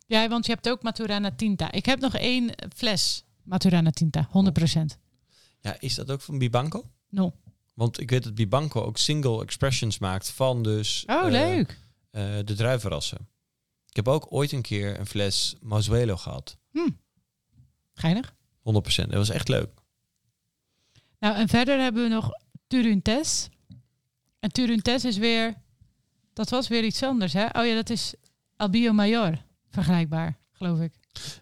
Speaker 2: Ja, want je hebt ook Maturana Tinta. Ik heb nog één fles Maturana Tinta, 100%.
Speaker 1: Ja, is dat ook van Bibanco?
Speaker 2: No.
Speaker 1: Want ik weet dat Bibanco ook single expressions maakt van dus...
Speaker 2: Oh,
Speaker 1: eh,
Speaker 2: leuk.
Speaker 1: eh, de druivenrassen. Ik heb ook ooit een keer een fles Mazuelo gehad. 100%.
Speaker 2: Geinig.
Speaker 1: Dat was echt leuk.
Speaker 2: Nou, en verder hebben we nog Turuntes. En Turuntes is weer... Dat was weer iets anders, hè? Oh ja, dat is Albio Mayor. Vergelijkbaar, geloof ik.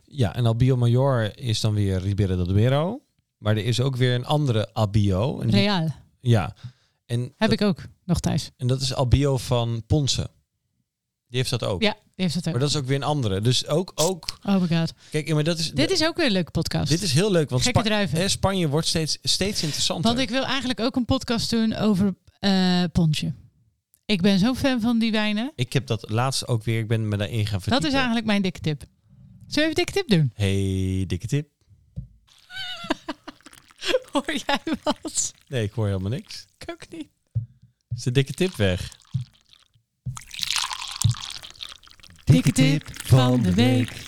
Speaker 1: Ja, en Albio Mayor is dan weer Ribera del Duero. Maar er is ook weer een andere Albio. En die-
Speaker 2: Real.
Speaker 1: ja. En
Speaker 2: Heb
Speaker 1: dat,
Speaker 2: ik ook nog thuis.
Speaker 1: en dat is Albio van Ponce. Die heeft dat ook.
Speaker 2: Ja, die heeft dat ook.
Speaker 1: Oh. Maar dat is ook weer een andere. Dus ook, ook
Speaker 2: Oh my god.
Speaker 1: kijk, ja, maar dat is,
Speaker 2: Dit is ook weer een leuke podcast.
Speaker 1: dit is heel leuk. Want
Speaker 2: Gekke
Speaker 1: Spa-
Speaker 2: druiven.
Speaker 1: hè, Spanje wordt steeds, steeds interessanter.
Speaker 2: Want ik wil eigenlijk ook een podcast doen over eh Pontje. Ik ben zo'n fan van die wijnen.
Speaker 1: Ik heb dat laatst ook weer, ik ben me daarin gaan
Speaker 2: Dat
Speaker 1: verdiepen.
Speaker 2: is eigenlijk mijn dikke tip. Zullen we even dikke tip
Speaker 1: [LAUGHS]
Speaker 2: doen?
Speaker 1: Hey, dikke tip.
Speaker 2: Hoor jij wat?
Speaker 1: Nee, ik hoor helemaal niks.
Speaker 2: Ik ook niet.
Speaker 1: Is de dikke tip weg?
Speaker 2: Dikke tip van de week.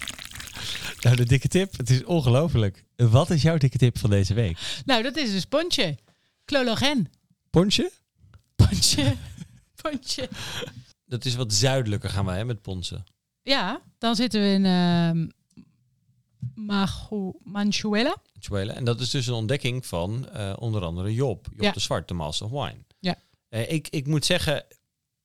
Speaker 1: Nou, de dikke tip, het is ongelooflijk. Wat is jouw dikke tip van deze week?
Speaker 2: Nou, dat is dus Pontje. Clologen.
Speaker 1: Pontje?
Speaker 2: [LAUGHS] Pontje. Pontje.
Speaker 1: Dat is wat zuidelijker gaan wij hè, met ponsen.
Speaker 2: Ja, dan zitten we in ehm Machu Manchuela.
Speaker 1: Chuela. En dat is dus een ontdekking van eh, onder andere Job. Job
Speaker 2: Ja.
Speaker 1: de Zwart, de Master of Wine.
Speaker 2: Ja.
Speaker 1: Eh, ik, ik moet zeggen,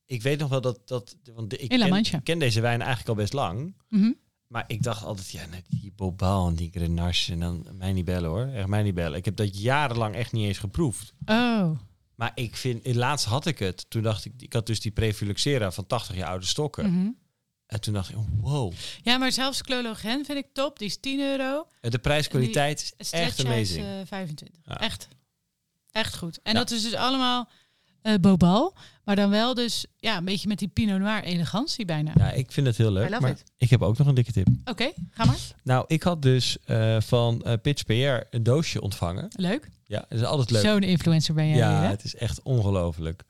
Speaker 1: ik weet nog wel dat... dat want de- ik
Speaker 2: In La
Speaker 1: ken,
Speaker 2: Mancha.
Speaker 1: ken deze wijn eigenlijk al best lang.
Speaker 2: Mhm.
Speaker 1: Maar ik dacht altijd, ja, nou, die Bobal en die Grenache. En dan mij niet bellen hoor. Echt mij niet bellen. Ik heb dat jarenlang echt niet eens geproefd.
Speaker 2: Oh,
Speaker 1: Maar ik vind, eh, laatst had ik het. Toen dacht ik, ik had dus die Prefluxera van 80 jaar oude stokken.
Speaker 2: mhm.
Speaker 1: En toen dacht ik, oh, wow.
Speaker 2: ja, maar zelfs Clologen vind ik top. Die is 10 euro.
Speaker 1: Eh, De prijskwaliteit is
Speaker 2: Stretch eh,
Speaker 1: echt amazing.
Speaker 2: Is, 25.
Speaker 1: Ja.
Speaker 2: Echt. Echt goed. En
Speaker 1: Ja.
Speaker 2: dat is dus allemaal eh, Bobal. Maar dan wel dus ja, een beetje met die Pinot Noir elegantie bijna.
Speaker 1: ja, ik vind het heel
Speaker 2: I
Speaker 1: leuk.
Speaker 2: love
Speaker 1: Maar
Speaker 2: it.
Speaker 1: ik heb ook nog een dikke tip.
Speaker 2: Oké, ga maar.
Speaker 1: Nou, ik had dus eh, van eh, Pitch PR een doosje ontvangen.
Speaker 2: Leuk.
Speaker 1: Ja, dat is altijd leuk.
Speaker 2: Zo'n influencer ben jij.
Speaker 1: ja,
Speaker 2: weer, hè?
Speaker 1: het is echt ongelooflijk.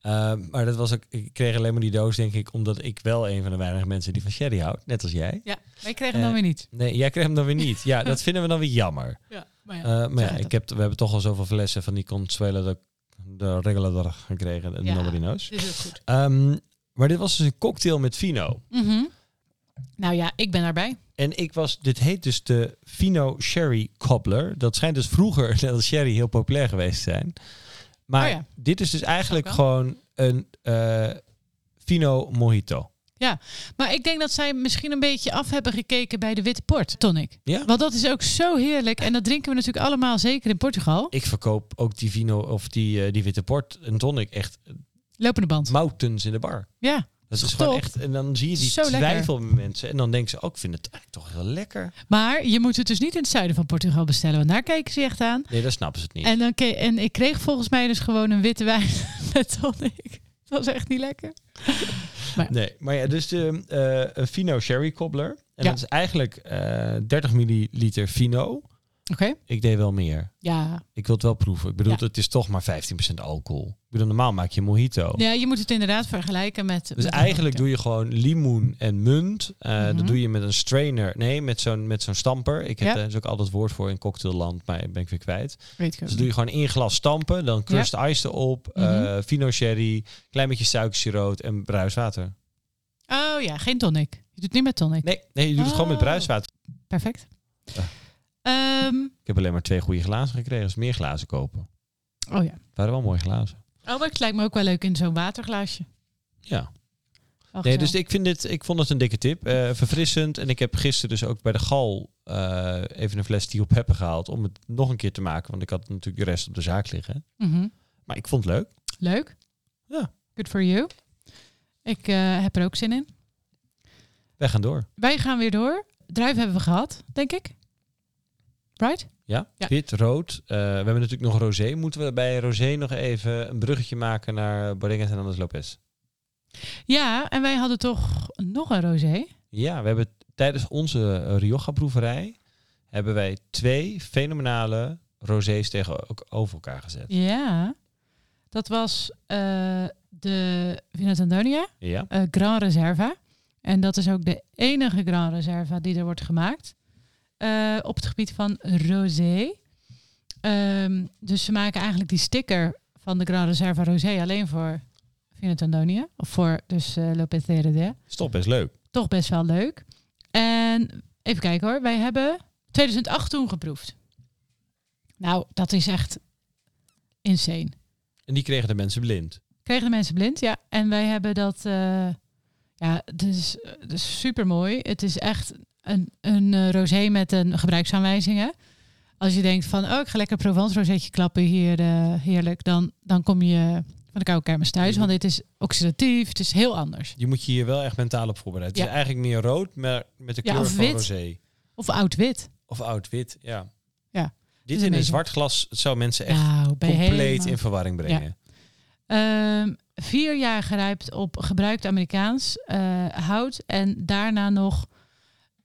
Speaker 1: Ehm, maar dat was ook, ik kreeg alleen maar die doos, denk ik, omdat ik wel een van de weinige mensen die van sherry houdt, net als jij.
Speaker 2: ja, maar ik kreeg hem dan
Speaker 1: Eh,
Speaker 2: weer niet.
Speaker 1: Nee, jij kreeg hem dan weer niet. Ja, dat vinden we dan weer jammer.
Speaker 2: Ja, maar ja.
Speaker 1: Eh, maar
Speaker 2: gaat
Speaker 1: ja,
Speaker 2: het.
Speaker 1: ik heb, we hebben toch al zoveel flessen van die Consuelo de, de Regulador gekregen, de
Speaker 2: Ja.
Speaker 1: Norberino's.
Speaker 2: Dit is ook goed.
Speaker 1: Ehm, maar dit was dus een cocktail met vino.
Speaker 2: Mhm. Nou ja, ik ben daarbij.
Speaker 1: En ik was, dit heet dus de Fino Sherry Cobbler. Dat schijnt dus vroeger, [LAUGHS] net als sherry, heel populair geweest te zijn. Maar
Speaker 2: Oh ja.
Speaker 1: dit is dus eigenlijk
Speaker 2: Snap ik
Speaker 1: gewoon een eh, Fino Mojito.
Speaker 2: Maar ik denk dat zij misschien een beetje af hebben gekeken bij de witte port tonic.
Speaker 1: Ja.
Speaker 2: Want dat is ook zo heerlijk. En dat drinken we natuurlijk allemaal, zeker in Portugal.
Speaker 1: Ik verkoop ook die Vino of die, eh, die witte port en tonic echt
Speaker 2: Lopende band.
Speaker 1: mountains in de bar.
Speaker 2: Ja.
Speaker 1: Dat is
Speaker 2: Top.
Speaker 1: gewoon echt. En dan zie je die
Speaker 2: Zo lekker.
Speaker 1: twijfel bij mensen. En dan denken ze, oh, ik vind het eigenlijk toch heel lekker.
Speaker 2: Maar je moet het dus niet in het zuiden van Portugal bestellen. Want daar kijken ze echt aan.
Speaker 1: Nee, dat snappen ze het niet.
Speaker 2: En, dan ke- en ik kreeg volgens mij dus gewoon een witte wijn [LAUGHS] met tonic. Dat was echt niet lekker.
Speaker 1: Nee, maar ja, dus de, eh, een Fino Sherry Cobbler. En
Speaker 2: Ja.
Speaker 1: dat is eigenlijk eh 30 milliliter Fino.
Speaker 2: Oké.
Speaker 1: Ik deed wel meer.
Speaker 2: Ja.
Speaker 1: Ik wil het wel proeven. Ik bedoel,
Speaker 2: Ja.
Speaker 1: het is toch maar 15% alcohol. Ik bedoel, normaal maak je een mojito.
Speaker 2: ja, je moet het inderdaad vergelijken met...
Speaker 1: Oh. Dus eigenlijk doe je gewoon limoen en munt. Eh,
Speaker 2: Mhm.
Speaker 1: Dat doe je met een strainer. Nee, met zo'n, met zo'n stamper. Ik heb
Speaker 2: Ja.
Speaker 1: daar dus ook altijd woord voor in cocktailland, maar ben ik weer kwijt.
Speaker 2: Weet ik ook
Speaker 1: Dus dat doe je gewoon in glas stampen. Dan crust ice erop, eh
Speaker 2: Mhm.
Speaker 1: fino sherry, klein beetje suikersiroop en bruiswater.
Speaker 2: niet. Oh ja, geen tonic. Je doet het niet met tonic.
Speaker 1: Nee, nee, je doet het gewoon met
Speaker 2: Oh.
Speaker 1: bruiswater.
Speaker 2: Perfect.
Speaker 1: Ja.
Speaker 2: Ehm,
Speaker 1: Ik heb alleen maar twee goede glazen gekregen. Dus meer glazen kopen.
Speaker 2: oh ja.
Speaker 1: Het waren wel mooie glazen.
Speaker 2: Oh, maar het lijkt me ook wel leuk in zo'n waterglaasje.
Speaker 1: Ja. Nee,
Speaker 2: Wel gezellig.
Speaker 1: dus ik, vind dit, ik vond het een dikke tip. eh, verfrissend. En ik heb gisteren dus ook bij de gal eh, even een fles die op hebben gehaald. Om het nog een keer te maken. Want ik had natuurlijk de rest op de zaak liggen.
Speaker 2: Mhm.
Speaker 1: Maar ik vond het leuk.
Speaker 2: Leuk.
Speaker 1: Ja.
Speaker 2: Good for you. Ik eh, heb er ook zin in.
Speaker 1: Wij gaan door.
Speaker 2: Wij gaan weer door. Druif hebben we gehad, denk ik. Right?
Speaker 1: Ja,
Speaker 2: Ja.
Speaker 1: wit, rood. Eh, we hebben natuurlijk nog rosé. Moeten we bij rosé nog even een bruggetje maken naar Bodegas en Anders Lopez?
Speaker 2: Ja, en wij hadden toch nog een rosé.
Speaker 1: Ja, we hebben tijdens onze eh, Rioja-proeverij... hebben wij twee fenomenale rosés tegenover elkaar gezet.
Speaker 2: Ja. Dat was eh, de Vinat Antonia,
Speaker 1: Ja,
Speaker 2: eh, Gran Reserva. En dat is ook de enige Gran Reserva die er wordt gemaakt. eh, op het gebied van rosé. Ehm, dus ze maken eigenlijk die sticker van de Gran Reserva Rosé alleen voor Vinat Antonia. Of voor dus eh Lopez de Heredia.
Speaker 1: stop, is leuk.
Speaker 2: toch best wel leuk. En even kijken hoor, wij hebben 2008 toen geproefd. Nou, dat is echt insane.
Speaker 1: En die kregen de mensen blind.
Speaker 2: Kregen de mensen blind, ja. En wij hebben dat, eh, ja, het is, het is super mooi. Het is echt een, een eh, rosé met een gebruiksaanwijzingen. Als je denkt van, oh, ik ga lekker Provence rosetje klappen hier, eh, heerlijk. Dan, dan kom je van de koude kermis thuis, want dit is oxidatief, het is heel anders.
Speaker 1: Je moet je hier wel echt mentaal op voorbereiden.
Speaker 2: Ja.
Speaker 1: Het is eigenlijk meer rood, maar met de
Speaker 2: Ja,
Speaker 1: kleur
Speaker 2: of
Speaker 1: van
Speaker 2: wit.
Speaker 1: rosé.
Speaker 2: Of oud-wit.
Speaker 1: Of oud-wit, ja.
Speaker 2: Ja.
Speaker 1: Dit
Speaker 2: Dus
Speaker 1: in een
Speaker 2: amazing.
Speaker 1: zwart glas het zou mensen echt
Speaker 2: Nou, ben je
Speaker 1: compleet
Speaker 2: helemaal-
Speaker 1: in verwarring brengen.
Speaker 2: Ehm, vier jaar gerijpt op gebruikt Amerikaans eh, hout. En daarna nog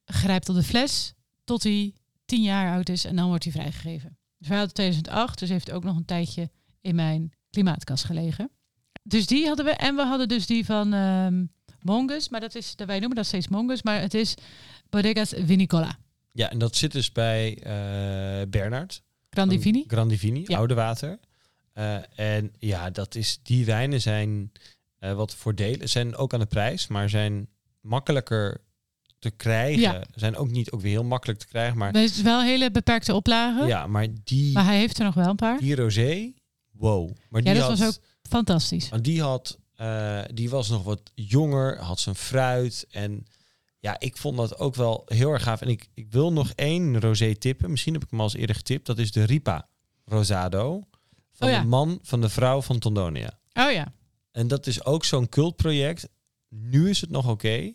Speaker 2: gerijpt op de fles tot hij tien jaar oud is. En dan wordt hij vrijgegeven. Dus wij hadden 2008, dus heeft ook nog een tijdje in mijn klimaatkast gelegen. Dus die hadden we. En we hadden dus die van ehm Mongus. Maar dat is, wij noemen dat steeds Mongus. Maar het is Bodegas Vinicola.
Speaker 1: Ja. en dat zit dus bij eh Bernard. Oh,
Speaker 2: Grandivini.
Speaker 1: Grandivini,
Speaker 2: Ja.
Speaker 1: oude water. Eh, en ja, dat is, die wijnen zijn eh, wat voordelen. Zijn ook aan de prijs, maar zijn makkelijker te krijgen.
Speaker 2: Ja.
Speaker 1: Zijn ook niet ook weer heel makkelijk te krijgen. Maar,
Speaker 2: Het is wel hele beperkte oplagen.
Speaker 1: ja, maar die,
Speaker 2: Maar hij heeft er nog wel een paar.
Speaker 1: die rosé, wow. Maar
Speaker 2: Ja,
Speaker 1: die
Speaker 2: dat
Speaker 1: had,
Speaker 2: was ook Fantastisch.
Speaker 1: Want die had Eh, die was nog wat jonger, had zijn fruit. En ja, ik vond dat ook wel heel erg gaaf. En ik, ik wil nog één rosé tippen. Misschien heb ik hem al eens eerder getipt. Dat is de Ripa Rosado. Van
Speaker 2: Oh ja.
Speaker 1: de man van de vrouw van Tondonia.
Speaker 2: Oh ja.
Speaker 1: En dat is ook zo'n cultproject. Nu is het nog oké.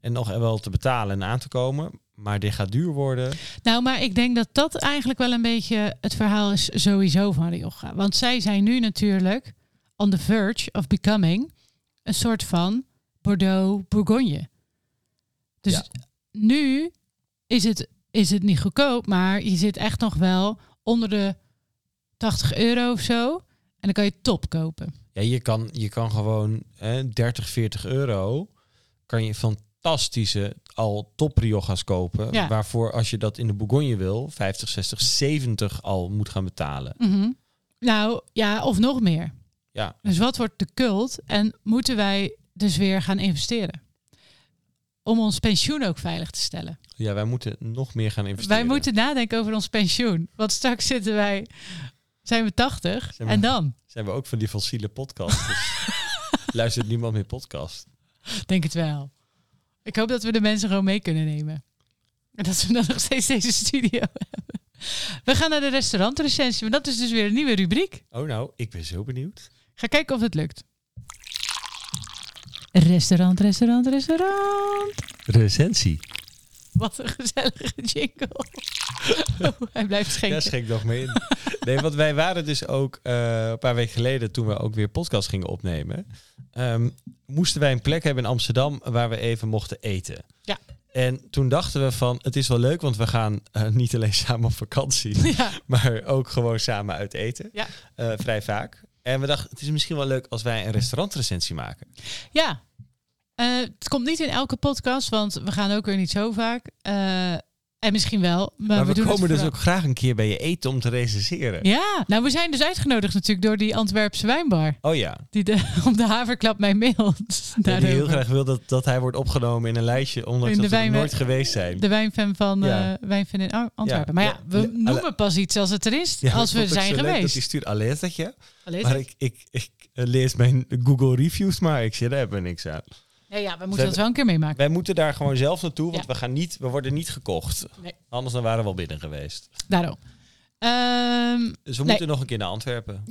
Speaker 1: En nog wel te betalen en aan te komen. Maar dit gaat duur worden.
Speaker 2: Nou, maar ik denk dat dat eigenlijk wel een beetje het verhaal is sowieso van Rioja. Want zij zijn nu natuurlijk on the verge of becoming een soort van Bordeaux-Bourgogne. Dus
Speaker 1: Ja.
Speaker 2: nu is het, is het niet goedkoop, maar je zit echt nog wel onder de 80 euro of zo. En dan kan je top kopen.
Speaker 1: Ja, je kan, je kan gewoon hè, 30, 40 euro. Kan je fantastische al top Riojas kopen.
Speaker 2: Ja.
Speaker 1: Waarvoor als je dat in de Bourgogne wil, 50, 60, 70 al moet gaan betalen.
Speaker 2: Mhm. Nou ja, of nog meer.
Speaker 1: Ja.
Speaker 2: Dus wat wordt de cult en moeten wij dus weer gaan investeren? Om ons pensioen ook veilig te stellen.
Speaker 1: Ja, wij moeten nog meer gaan investeren.
Speaker 2: Wij moeten nadenken over ons pensioen. Want straks zitten wij, zijn we 80
Speaker 1: Zijn we-
Speaker 2: en dan?
Speaker 1: Zijn we ook van die fossiele podcast.
Speaker 2: [LAUGHS]
Speaker 1: dus luistert niemand meer podcast.
Speaker 2: Denk het wel. Ik hoop dat we de mensen gewoon mee kunnen nemen. En dat we dan nog steeds deze studio hebben. We gaan naar de restaurantrecensie, want dat is dus weer een nieuwe rubriek.
Speaker 1: Oh nou, ik ben zo benieuwd.
Speaker 2: Ga kijken of het lukt. Restaurant, restaurant, restaurant.
Speaker 1: Recensie.
Speaker 2: Wat een gezellige
Speaker 1: [LAUGHS]
Speaker 2: jingle. Oh, hij blijft
Speaker 1: Ja,
Speaker 2: schenken.
Speaker 1: schenk nog mee in. Nee, want wij waren dus ook eh, een paar weken geleden, toen we ook weer podcast gingen opnemen, ehm, moesten wij een plek hebben in Amsterdam waar we even mochten eten.
Speaker 2: Ja.
Speaker 1: En toen dachten we van, het is wel leuk, want we gaan eh, niet alleen [LAUGHS] samen op vakantie,
Speaker 2: ja.
Speaker 1: maar ook gewoon samen uit eten.
Speaker 2: Ja.
Speaker 1: Eh, vrij vaak. En we dachten, het is misschien wel leuk als wij een restaurantrecensie maken.
Speaker 2: ja. Eh, het komt niet in elke podcast, want we gaan ook weer niet zo vaak. Eh, en misschien wel. Maar,
Speaker 1: maar
Speaker 2: we,
Speaker 1: we
Speaker 2: doen het
Speaker 1: komen dus
Speaker 2: vooral-
Speaker 1: ook graag een keer bij je eten om te recenseren.
Speaker 2: Ja, nou we zijn dus uitgenodigd natuurlijk door die Antwerpse wijnbar.
Speaker 1: Oh ja,
Speaker 2: Die de, [LAUGHS] om de haverklap mij mailt.
Speaker 1: die heel
Speaker 2: daarover.
Speaker 1: graag wil dat, dat hij wordt opgenomen in een lijstje, ondanks
Speaker 2: In de
Speaker 1: dat we er
Speaker 2: wijnwe-
Speaker 1: nooit geweest zijn.
Speaker 2: De wijnfan van
Speaker 1: Ja.
Speaker 2: eh, wijnfan in Ar- Antwerpen.
Speaker 1: Ja.
Speaker 2: Maar ja, we
Speaker 1: Ja.
Speaker 2: noemen pas iets als het er is.
Speaker 1: Ja, dat
Speaker 2: als we
Speaker 1: vond ik
Speaker 2: zijn
Speaker 1: zo leuk dat hij
Speaker 2: geweest.
Speaker 1: stuurt alertje.
Speaker 2: Al is
Speaker 1: Maar
Speaker 2: het.
Speaker 1: ik, ik, ik eh, lees mijn Google reviews, maar ik zit daar hebben we niks aan.
Speaker 2: Nee, ja, we moeten
Speaker 1: Ze-
Speaker 2: dat wel een keer meemaken.
Speaker 1: Wij moeten daar gewoon zelf naartoe, want
Speaker 2: Ja.
Speaker 1: we, gaan niet, we worden niet gekocht.
Speaker 2: Nee.
Speaker 1: Anders dan waren we al binnen geweest.
Speaker 2: Daarom. Ehm,
Speaker 1: Dus we
Speaker 2: Nee.
Speaker 1: moeten nog een keer naar Antwerpen.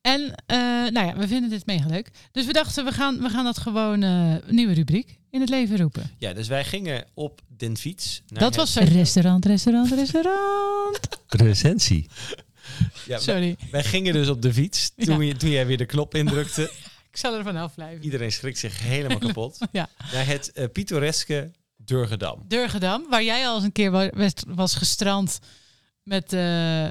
Speaker 2: en eh, nou ja, we vinden dit mega leuk. Dus we dachten, we gaan, we gaan dat gewoon eh, een nieuwe rubriek in het leven roepen.
Speaker 1: Ja, dus wij gingen op den fiets. naar het-
Speaker 2: dat [LAUGHS] was restaurant, restaurant, restaurant.
Speaker 1: Recensie. Ja, wij,
Speaker 2: [LAUGHS] Sorry,
Speaker 1: wij gingen dus op de fiets toen,
Speaker 2: Ja.
Speaker 1: je, toen jij weer de knop indrukte.
Speaker 2: ik zal er vanaf blijven.
Speaker 1: Iedereen schrikt zich helemaal kapot.
Speaker 2: [LAUGHS] Ja.
Speaker 1: Naar het eh, pittoreske Durgedam.
Speaker 2: Durgedam, waar jij al eens een keer wa- werd- was gestrand met... eh,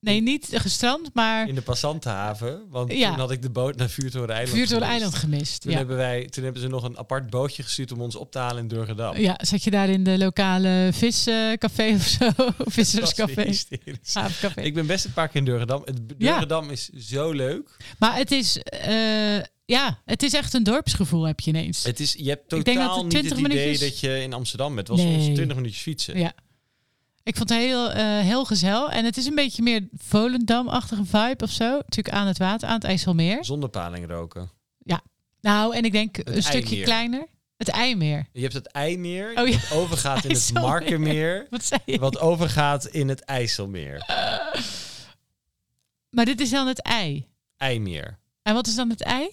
Speaker 2: nee, niet gestrand, maar
Speaker 1: In de passantenhaven. Want
Speaker 2: Ja.
Speaker 1: toen had ik de boot naar Vuurtoren Eiland
Speaker 2: Vuurtoren
Speaker 1: gemist.
Speaker 2: Eiland gemist.
Speaker 1: Toen,
Speaker 2: Ja.
Speaker 1: hebben wij, toen hebben ze nog een apart bootje gestuurd om ons op te halen in [LAUGHS] Durgedam.
Speaker 2: ja, zat je daar in de lokale viscafé of
Speaker 1: [LAUGHS]
Speaker 2: zo?
Speaker 1: Dat was weer
Speaker 2: Visserscafé,
Speaker 1: hysterisch.
Speaker 2: havencafé.
Speaker 1: Ik ben best een paar keer in Durgedam. Het B-
Speaker 2: Ja.
Speaker 1: Durgedam is zo leuk.
Speaker 2: Maar het is, eh, ja, het is echt een dorpsgevoel heb je ineens.
Speaker 1: Het is, je hebt
Speaker 2: Ik denk dat
Speaker 1: totaal
Speaker 2: het
Speaker 1: niet het
Speaker 2: 20
Speaker 1: idee
Speaker 2: minuutjes-
Speaker 1: dat je in Amsterdam bent. Het was
Speaker 2: Nee.
Speaker 1: ons 20 minuutjes fietsen.
Speaker 2: Ja. Ik vond het heel, eh, heel gezel. En het is een beetje meer Volendam-achtige vibe of zo. Natuurlijk aan het water, aan het IJsselmeer.
Speaker 1: Zonder paling roken.
Speaker 2: Nou, en ik denk een stukje
Speaker 1: IJmeer.
Speaker 2: kleiner. Het IJmeer.
Speaker 1: Je hebt het IJmeer,
Speaker 2: Oh ja.
Speaker 1: dat
Speaker 2: [LAUGHS]
Speaker 1: overgaat in het
Speaker 2: IJsselmeer. [LAUGHS]
Speaker 1: Markermeer.
Speaker 2: Wat zei je?
Speaker 1: Wat overgaat in het IJsselmeer.
Speaker 2: Maar dit is dan het ei.
Speaker 1: IJmeer.
Speaker 2: En wat is dan het ei?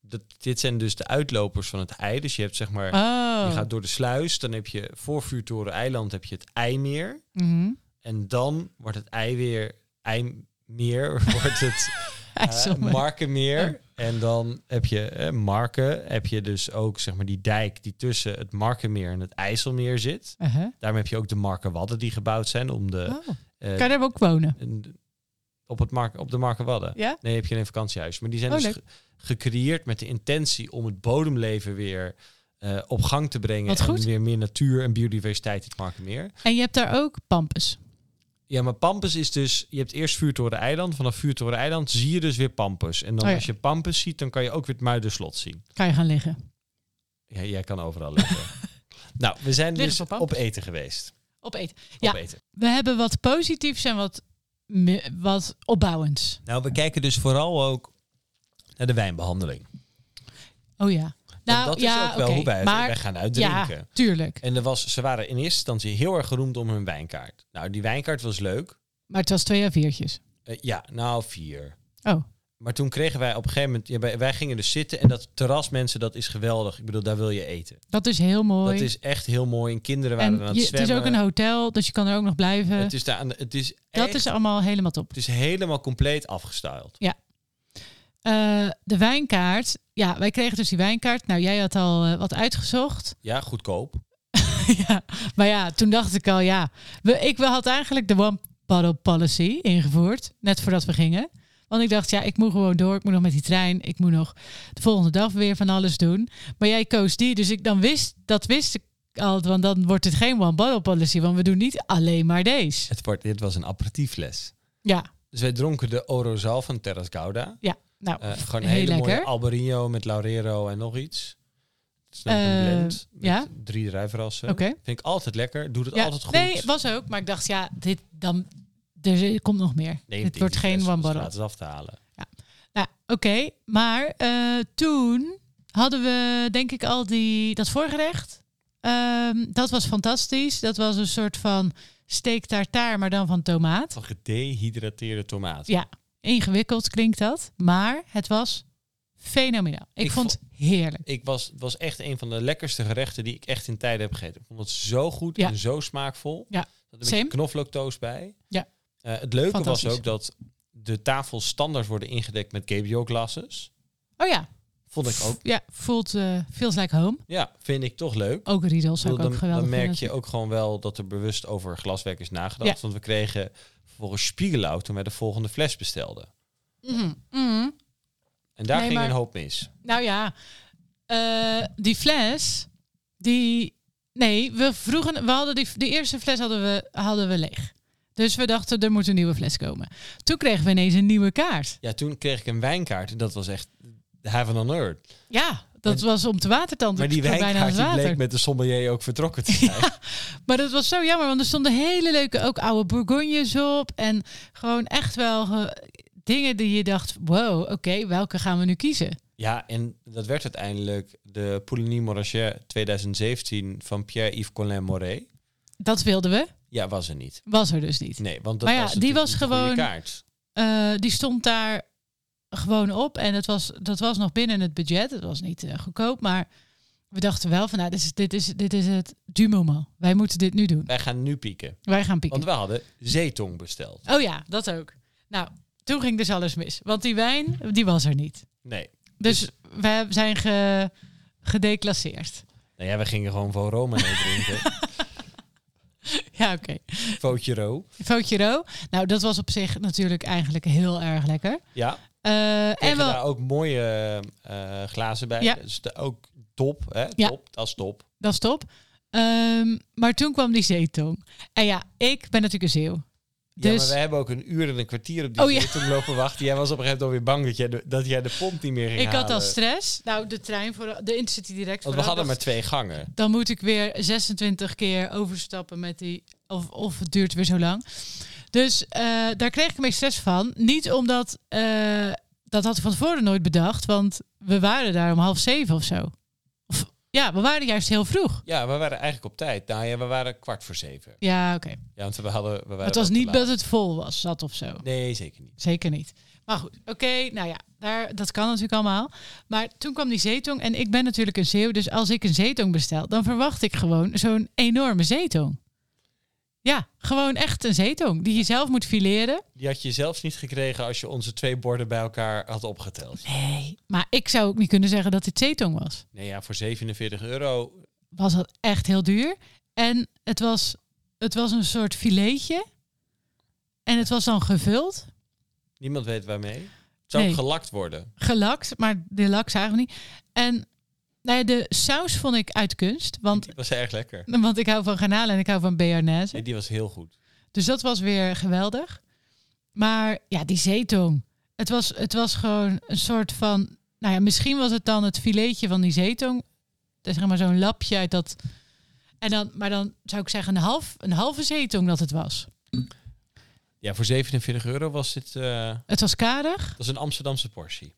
Speaker 1: Dat, dit zijn dus de uitlopers van het ei. Dus je hebt zeg maar,
Speaker 2: Oh.
Speaker 1: je gaat door de sluis. Dan heb je voor Vuurtoren Eiland heb je het IJmeer.
Speaker 2: Mhm.
Speaker 1: En dan wordt het ei weer IJmeer, [LAUGHS] wordt
Speaker 2: [LAUGHS]
Speaker 1: het eh
Speaker 2: IJsselmeer.
Speaker 1: Markenmeer. En dan heb je eh, Marken, heb je dus ook zeg maar die dijk die tussen het Markenmeer en het IJsselmeer zit.
Speaker 2: Uh-huh.
Speaker 1: Daarom heb je ook de Markenwadden die gebouwd zijn om de,
Speaker 2: Oh.
Speaker 1: eh,
Speaker 2: Kan je daar ook wonen?
Speaker 1: en- op, het Mark, op de Markenwadden.
Speaker 2: Ja?
Speaker 1: Nee, heb je geen vakantiehuis. Maar die zijn
Speaker 2: Oh,
Speaker 1: dus
Speaker 2: leuk.
Speaker 1: ge- gecreëerd met de intentie om het bodemleven weer eh, op gang te brengen.
Speaker 2: Wat goed.
Speaker 1: En weer meer natuur en biodiversiteit in het Markenmeer.
Speaker 2: En je hebt daar ook pampus.
Speaker 1: Ja, maar Pampus is dus... Je hebt eerst Vuurtoren Eiland. Vanaf Vuurtoren Eiland zie je dus weer Pampus. En dan
Speaker 2: Oh ja.
Speaker 1: als je Pampus ziet, dan kan je ook weer het Muiderslot zien.
Speaker 2: Kan je gaan liggen.
Speaker 1: Ja, jij kan overal
Speaker 2: [LAUGHS]
Speaker 1: liggen. nou, we zijn
Speaker 2: Liggen
Speaker 1: dus
Speaker 2: voor
Speaker 1: op
Speaker 2: Pampus.
Speaker 1: eten geweest.
Speaker 2: Op eten. Ja.
Speaker 1: Op eten.
Speaker 2: We hebben wat positiefs en wat, me- wat opbouwends.
Speaker 1: Nou, we kijken dus vooral ook naar de wijnbehandeling.
Speaker 2: Oh ja. Nou,
Speaker 1: dat
Speaker 2: ja,
Speaker 1: is ook wel
Speaker 2: oké.
Speaker 1: hoe wij, het-
Speaker 2: maar,
Speaker 1: wij gaan
Speaker 2: Ja,
Speaker 1: uitdrinken.
Speaker 2: tuurlijk.
Speaker 1: En er was, ze waren in eerste instantie heel erg geroemd om hun wijnkaart. Nou, die wijnkaart was leuk.
Speaker 2: Maar het was twee à viertjes.
Speaker 1: Eh, ja, nou vier.
Speaker 2: Oh.
Speaker 1: Maar toen kregen wij op een gegeven moment... Ja, wij, wij gingen dus zitten en dat terras, mensen, dat is geweldig. Ik bedoel, daar wil je eten.
Speaker 2: Dat is heel mooi.
Speaker 1: Dat is echt heel mooi. En kinderen waren
Speaker 2: en
Speaker 1: er aan
Speaker 2: je-
Speaker 1: het
Speaker 2: het is
Speaker 1: zwemmen.
Speaker 2: ook een hotel, dus je kan er ook nog blijven.
Speaker 1: Het is, daar, aan de- het is,
Speaker 2: dat
Speaker 1: echt-
Speaker 2: is allemaal helemaal top.
Speaker 1: het is helemaal compleet afgestyld.
Speaker 2: Eh, de wijnkaart. Ja, wij kregen dus die wijnkaart. Nou, jij had al eh, wat uitgezocht.
Speaker 1: Ja, goedkoop.
Speaker 2: ja, maar ja, toen dacht ik al, ja. We, ik we had eigenlijk de One Bottle Policy ingevoerd, net voordat we gingen. Want ik dacht, ja, ik moet gewoon door. Ik moet nog met die trein. Ik moet nog de volgende dag weer van alles doen. Maar jij koos die, dus ik dan wist, dat wist ik al. Want dan wordt het geen One Bottle Policy, want we doen niet alleen maar deze.
Speaker 1: Het wordt, dit was een aperitiefles.
Speaker 2: Ja,
Speaker 1: Dus wij dronken de Orozal van Terras Gouda.
Speaker 2: nou,
Speaker 1: Eh,
Speaker 2: pff,
Speaker 1: gewoon een
Speaker 2: heel
Speaker 1: hele mooie
Speaker 2: lekker.
Speaker 1: Albarino met Laurero en nog iets. Het is namelijk
Speaker 2: Eh,
Speaker 1: een blend met
Speaker 2: ja.
Speaker 1: drie druivenrassen.
Speaker 2: Oké.
Speaker 1: Vind ik altijd lekker. Doet het
Speaker 2: Ja,
Speaker 1: eh, altijd goed.
Speaker 2: Nee, was ook. Maar ik dacht, ja, dit dan. Er komt nog meer.
Speaker 1: Nee,
Speaker 2: dit
Speaker 1: die-
Speaker 2: wordt
Speaker 1: die
Speaker 2: geen
Speaker 1: fles
Speaker 2: one
Speaker 1: was
Speaker 2: bottle.
Speaker 1: gratis dus af te halen.
Speaker 2: Nou, oké. maar eh, toen hadden we, denk ik, al die, dat voorgerecht. Ehm, dat was fantastisch. Dat was een soort van steak tartaar, maar dan van tomaat.
Speaker 1: Van gedehydrateerde tomaat.
Speaker 2: Ja, ingewikkeld klinkt dat. Maar het was fenomenaal. Ik,
Speaker 1: Ik
Speaker 2: vond het heerlijk.
Speaker 1: Ik was, het was echt een van de lekkerste gerechten die ik echt in tijden heb gegeten. Ik vond het zo goed
Speaker 2: Ja.
Speaker 1: en zo smaakvol.
Speaker 2: Ja.
Speaker 1: Er zat een beetje
Speaker 2: Same.
Speaker 1: knoflooktoast bij.
Speaker 2: Ja.
Speaker 1: Eh, het leuke was
Speaker 2: Fantastisch.
Speaker 1: ook dat de tafels standaard worden ingedekt met KBO-glasses.
Speaker 2: Oh ja.
Speaker 1: Vond ik ook.
Speaker 2: Ja, voelt eh feels like home.
Speaker 1: Ja, vind ik toch leuk.
Speaker 2: Ook Riedel zou
Speaker 1: Ik
Speaker 2: ik
Speaker 1: bedoel,
Speaker 2: ook
Speaker 1: dan,
Speaker 2: geweldig
Speaker 1: dan merk
Speaker 2: vinden.
Speaker 1: je ook gewoon wel dat er bewust over glaswerk is nagedacht.
Speaker 2: Ja.
Speaker 1: Want we kregen vervolgens Spiegelau toen wij de volgende fles bestelden.
Speaker 2: Mhm, mhm.
Speaker 1: En daar
Speaker 2: Nee,
Speaker 1: ging
Speaker 2: maar-
Speaker 1: een hoop mis.
Speaker 2: Nou ja, eh, die fles, die... Nee, we vroegen, we hadden die, de eerste fles hadden we, hadden we leeg. Dus we dachten, er moet een nieuwe fles komen. Toen kregen we ineens een nieuwe kaart.
Speaker 1: Ja, toen kreeg ik een wijnkaart en dat was echt heaven on earth.
Speaker 2: Ja, dat was om te watertanden.
Speaker 1: Maar die
Speaker 2: Ik kwam bijna aan
Speaker 1: wijnkaart
Speaker 2: het
Speaker 1: die
Speaker 2: water.
Speaker 1: bleek met de sommelier ook vertrokken te zijn.
Speaker 2: Maar dat was zo jammer, want er stonden hele leuke ook oude bourgognes op. En gewoon echt wel eh, dingen die je dacht, wow, oké, welke gaan we nu kiezen?
Speaker 1: ja, en dat werd uiteindelijk de Pouligny Morachet 2017 van Pierre-Yves Colin Moret.
Speaker 2: Dat wilden we,
Speaker 1: Ja, was er niet.
Speaker 2: was er dus niet.
Speaker 1: Nee, want dat
Speaker 2: Maar ja,
Speaker 1: was
Speaker 2: die
Speaker 1: natuurlijk niet
Speaker 2: was
Speaker 1: de goede
Speaker 2: gewoon-
Speaker 1: kaart.
Speaker 2: Eh, die stond daar gewoon op. En het was, dat was nog binnen het budget. Het was niet eh, goedkoop. Maar we dachten wel van, nou, dit is, dit is, dit is het du moment. Wij moeten dit nu doen.
Speaker 1: Wij gaan nu pieken.
Speaker 2: Wij gaan pieken.
Speaker 1: Want we hadden zeetong besteld.
Speaker 2: Oh ja, dat ook. Nou, toen ging dus alles mis. Want die wijn, die was er niet.
Speaker 1: Nee.
Speaker 2: Dus we zijn ge, gedeclasseerd. [LAUGHS]
Speaker 1: Nou ja, we gingen gewoon van Roma mee drinken.
Speaker 2: Ja, oké.
Speaker 1: Footje Ro.
Speaker 2: Foutje ro. Nou, dat was op zich natuurlijk eigenlijk heel erg lekker.
Speaker 1: Ja,
Speaker 2: Eh, en
Speaker 1: kregen
Speaker 2: wel,
Speaker 1: daar ook mooie eh, eh, glazen bij.
Speaker 2: Ja.
Speaker 1: Dus de- ook top, hè?
Speaker 2: Ja.
Speaker 1: Top, dat is top.
Speaker 2: Dat is top. Ehm, maar toen kwam die zeetong. En ja, ik ben natuurlijk een zeeuw.
Speaker 1: Ja,
Speaker 2: Dus-
Speaker 1: maar we hebben ook een uur en een kwartier op die
Speaker 2: Oh ja.
Speaker 1: zeetong lopen wachten. Jij was op een gegeven moment alweer bang dat jij de, dat jij de pomp niet meer ging
Speaker 2: Ik had al
Speaker 1: halen.
Speaker 2: stress. Nou, de trein voor de Intercity direct.
Speaker 1: Want we
Speaker 2: vooral
Speaker 1: hadden maar
Speaker 2: dacht,
Speaker 1: twee gangen.
Speaker 2: Dan moet ik weer 26 keer overstappen met die. Of, of het duurt weer zo lang. Dus eh, daar kreeg ik een beetje stress van. Niet omdat. eh, dat had ik van tevoren nooit bedacht. Want we waren daar om half zeven of zo. Of, ja, we waren juist heel vroeg.
Speaker 1: Ja, we waren eigenlijk op tijd. Nou ja, we waren kwart voor zeven.
Speaker 2: Ja, oké.
Speaker 1: Ja, want we hadden... We waren
Speaker 2: Het was
Speaker 1: wel te
Speaker 2: niet
Speaker 1: laat.
Speaker 2: dat het vol was, zat of zo.
Speaker 1: Nee, zeker niet.
Speaker 2: Zeker niet. Maar goed, oké, nou ja, daar, dat kan natuurlijk allemaal. Maar toen kwam die zeetong en ik ben natuurlijk een zeeuw, dus als ik een zeetong bestel, dan verwacht ik gewoon zo'n enorme zeetong. Ja, gewoon echt een zeetong die je zelf moet fileren.
Speaker 1: Die had je zelfs niet gekregen als je onze twee borden bij elkaar had opgeteld.
Speaker 2: Nee, maar ik zou ook niet kunnen zeggen dat dit zeetong was.
Speaker 1: Nee, ja, voor 47 euro.
Speaker 2: Was dat echt heel duur? En het was, het was een soort filetje. En het was dan gevuld,
Speaker 1: Niemand weet waarmee. Het zou
Speaker 2: Nee.
Speaker 1: gelakt worden.
Speaker 2: gelakt, maar de lak zagen we niet. En nou ja, de saus vond ik uit kunst, want
Speaker 1: Die was erg lekker.
Speaker 2: Want ik hou van garnalen en ik hou van bearnaise.
Speaker 1: Nee, die was heel goed.
Speaker 2: Dus dat was weer geweldig. Maar ja, die zeetong. Het was, het was gewoon een soort van... Nou ja, misschien was het dan het filetje van die zeetong. Dus zeg maar zo'n lapje uit dat... En dan, maar dan zou ik zeggen een, half, een halve zeetong dat het was.
Speaker 1: Ja, voor 47 euro was dit... eh,
Speaker 2: Het was karig.
Speaker 1: dat is een Amsterdamse portie.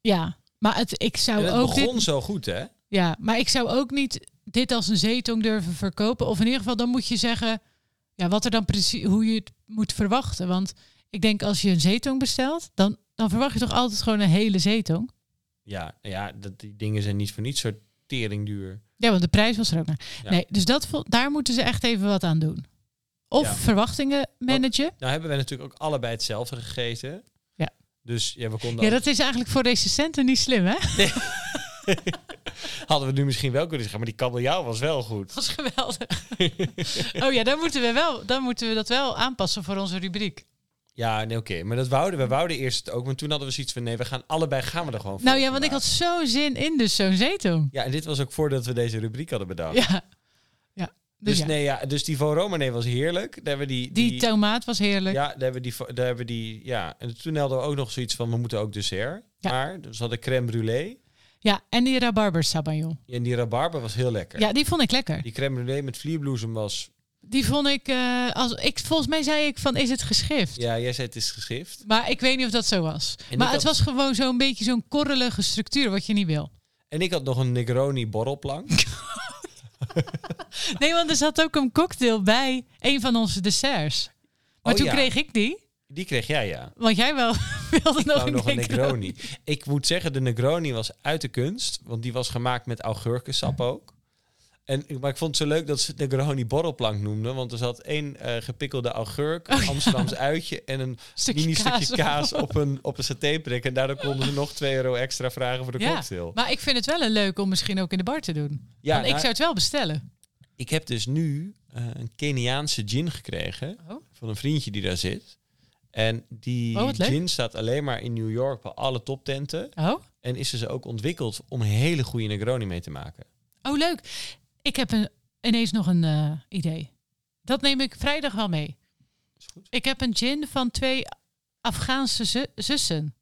Speaker 2: Ja, Maar het, ik zou
Speaker 1: En het
Speaker 2: ook
Speaker 1: begon
Speaker 2: dit,
Speaker 1: zo goed, hè?
Speaker 2: ja, maar ik zou ook niet dit als een zeetong durven verkopen. Of in ieder geval, dan moet je zeggen ja, wat er dan precies, hoe je het moet verwachten. Want ik denk als je een zeetong bestelt, dan, dan verwacht je toch altijd gewoon een hele zeetong.
Speaker 1: Ja, ja dat, die dingen zijn niet voor niets zo teringduur.
Speaker 2: Ja, want de prijs was er ook naar.
Speaker 1: Ja.
Speaker 2: Nee, dus dat, vo- daar moeten ze echt even wat aan doen. Of
Speaker 1: Ja.
Speaker 2: verwachtingen managen.
Speaker 1: Nou hebben wij natuurlijk ook allebei hetzelfde gegeten.
Speaker 2: Ja.
Speaker 1: Dus ja, we konden
Speaker 2: Ja, dat is eigenlijk voor recensenten niet slim, hè? [LAUGHS]
Speaker 1: hadden we nu misschien wel kunnen zeggen, maar die kabeljauw was wel goed.
Speaker 2: Dat was geweldig. oh ja, dan moeten, we wel, dan moeten we dat wel aanpassen voor onze rubriek.
Speaker 1: Ja, nee, oké. Maar dat wouden we wouden eerst het ook. Maar toen hadden we zoiets van nee, we gaan allebei gaan we er gewoon voor.
Speaker 2: Nou ja, want ik had zo zin in dus zo'n zetel.
Speaker 1: Ja, en dit was ook voordat we deze rubriek hadden bedacht.
Speaker 2: Ja. ja. Dus,
Speaker 1: dus
Speaker 2: ja.
Speaker 1: nee, ja, dus die van Romane was heerlijk. Daar hebben we die,
Speaker 2: die, tomaat was heerlijk.
Speaker 1: ja, daar hebben we die, vo- daar hebben we die, ja. En toen hadden we ook nog zoiets van we moeten ook dessert.
Speaker 2: Ja.
Speaker 1: Maar dus we hadden crème brûlée
Speaker 2: Ja, en die rabarber sabayon.
Speaker 1: en die rabarber was heel lekker.
Speaker 2: Ja, die vond ik lekker.
Speaker 1: Die crème brûlée met vlierbloesem was,
Speaker 2: Die vond ik, eh, als, ik, volgens mij zei ik van, is het geschift?
Speaker 1: ja, jij zei het is geschift.
Speaker 2: Maar ik weet niet of dat zo was.
Speaker 1: ik
Speaker 2: maar
Speaker 1: had-
Speaker 2: het was gewoon zo'n beetje zo'n korrelige structuur wat je niet wil.
Speaker 1: En ik had nog een Negroni
Speaker 2: [LAUGHS]
Speaker 1: borrelplank.
Speaker 2: Nee, want er zat ook een cocktail bij een van onze desserts. Maar
Speaker 1: Oh
Speaker 2: toen
Speaker 1: ja.
Speaker 2: kreeg ik die,
Speaker 1: Die kreeg jij, ja.
Speaker 2: want jij wel [LAUGHS] wilde nog,
Speaker 1: Nou, nog een
Speaker 2: Oh, Negroni.
Speaker 1: Negroni. Ik moet zeggen, de Negroni was uit de kunst. Want die was gemaakt met augurkensap ook. En, ik- maar ik vond het zo leuk dat ze het Negroni borrelplank noemden. Want er zat één eh, gepikkelde augurk, een Amsterdams uitje... en een
Speaker 2: Oh, [LAUGHS] Stukje
Speaker 1: mini
Speaker 2: kaas
Speaker 1: stukje kaas op een, op een satébrek. En daardoor konden ze nog 2 euro extra vragen voor de
Speaker 2: Ja,
Speaker 1: cocktail.
Speaker 2: Maar ik vind het wel een leuk om misschien ook in de bar te doen.
Speaker 1: Ja,
Speaker 2: Want ik
Speaker 1: nou,
Speaker 2: zou het wel bestellen.
Speaker 1: ik heb dus nu eh, een Keniaanse gin gekregen...
Speaker 2: Oh.
Speaker 1: van een vriendje die daar zit. En die
Speaker 2: Oh, wat leuk.
Speaker 1: gin staat alleen maar in New York bij alle toptenten...
Speaker 2: Oh,
Speaker 1: En is dus ook ontwikkeld om hele goede Negroni mee te maken.
Speaker 2: oh leuk. Ik heb een, ineens nog een eh, idee. Dat neem ik vrijdag wel mee.
Speaker 1: Is goed.
Speaker 2: Ik heb een gin van twee Afghaanse zu- zussen.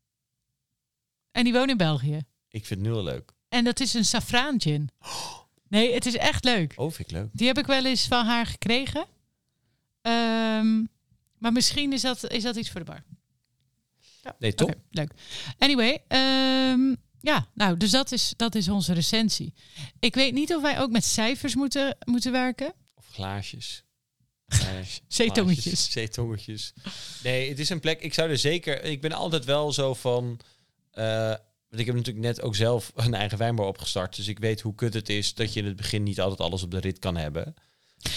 Speaker 2: En die wonen in België.
Speaker 1: Ik vind het nu al leuk.
Speaker 2: En dat is een safraan gin. Nee, het is echt leuk.
Speaker 1: Oh, vind ik leuk.
Speaker 2: Die heb ik wel eens van haar gekregen. Ehm, maar misschien is dat, is dat iets voor de bar.
Speaker 1: Nee, top.
Speaker 2: Oké, leuk. Anyway, ehm, ja, nou, dus dat is, dat is onze recensie. Ik weet niet of wij ook met cijfers moeten, moeten werken.
Speaker 1: Of
Speaker 2: [LAUGHS]
Speaker 1: glaasjes.
Speaker 2: Zeetongetjes.
Speaker 1: Glaasjes, Zeetongetjes. Nee, het is een plek. Ik zou er zeker. Ik ben altijd wel zo van. eh, want ik heb natuurlijk net ook zelf een eigen wijnbar opgestart. Dus ik weet hoe kut het is dat je in het begin niet altijd alles op de rit kan hebben.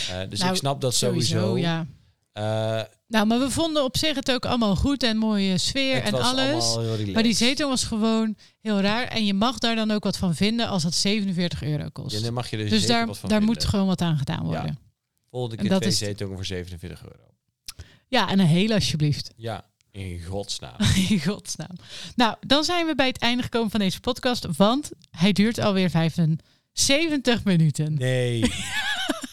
Speaker 1: Eh, dus
Speaker 2: Nou,
Speaker 1: ik snap dat sowieso.
Speaker 2: ja.
Speaker 1: Eh,
Speaker 2: Nou, maar we vonden op zich het ook allemaal goed en mooie sfeer
Speaker 1: het
Speaker 2: en
Speaker 1: was
Speaker 2: alles.
Speaker 1: allemaal heel relaxed.
Speaker 2: Maar die zetel was gewoon heel raar. En je mag daar dan ook wat van vinden als dat 47 euro kost.
Speaker 1: Ja, dan mag je er
Speaker 2: dus
Speaker 1: zeker
Speaker 2: daar,
Speaker 1: wat van
Speaker 2: daar
Speaker 1: vinden.
Speaker 2: moet gewoon wat aan gedaan worden.
Speaker 1: Volgende
Speaker 2: en
Speaker 1: keer
Speaker 2: dat
Speaker 1: twee
Speaker 2: is-
Speaker 1: zeetongen voor 47 euro.
Speaker 2: Ja, en een hele alsjeblieft. [LAUGHS]
Speaker 1: Ja, in godsnaam.
Speaker 2: In godsnaam. Nou, dan zijn we bij het einde gekomen van deze podcast. Want hij duurt alweer 75 minuten.
Speaker 1: Nee.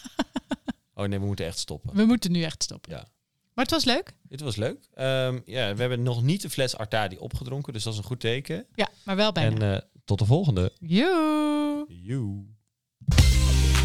Speaker 1: [LAUGHS] oh nee, we moeten echt stoppen.
Speaker 2: We moeten nu echt stoppen.
Speaker 1: Ja.
Speaker 2: Maar het was leuk.
Speaker 1: Dit was leuk. Ehm, ja, we hebben nog niet de fles Artadi opgedronken, dus dat is een goed teken. eh,
Speaker 2: Ja, maar wel bijna.
Speaker 1: En eh, tot de volgende.
Speaker 2: Joe.
Speaker 1: Joe.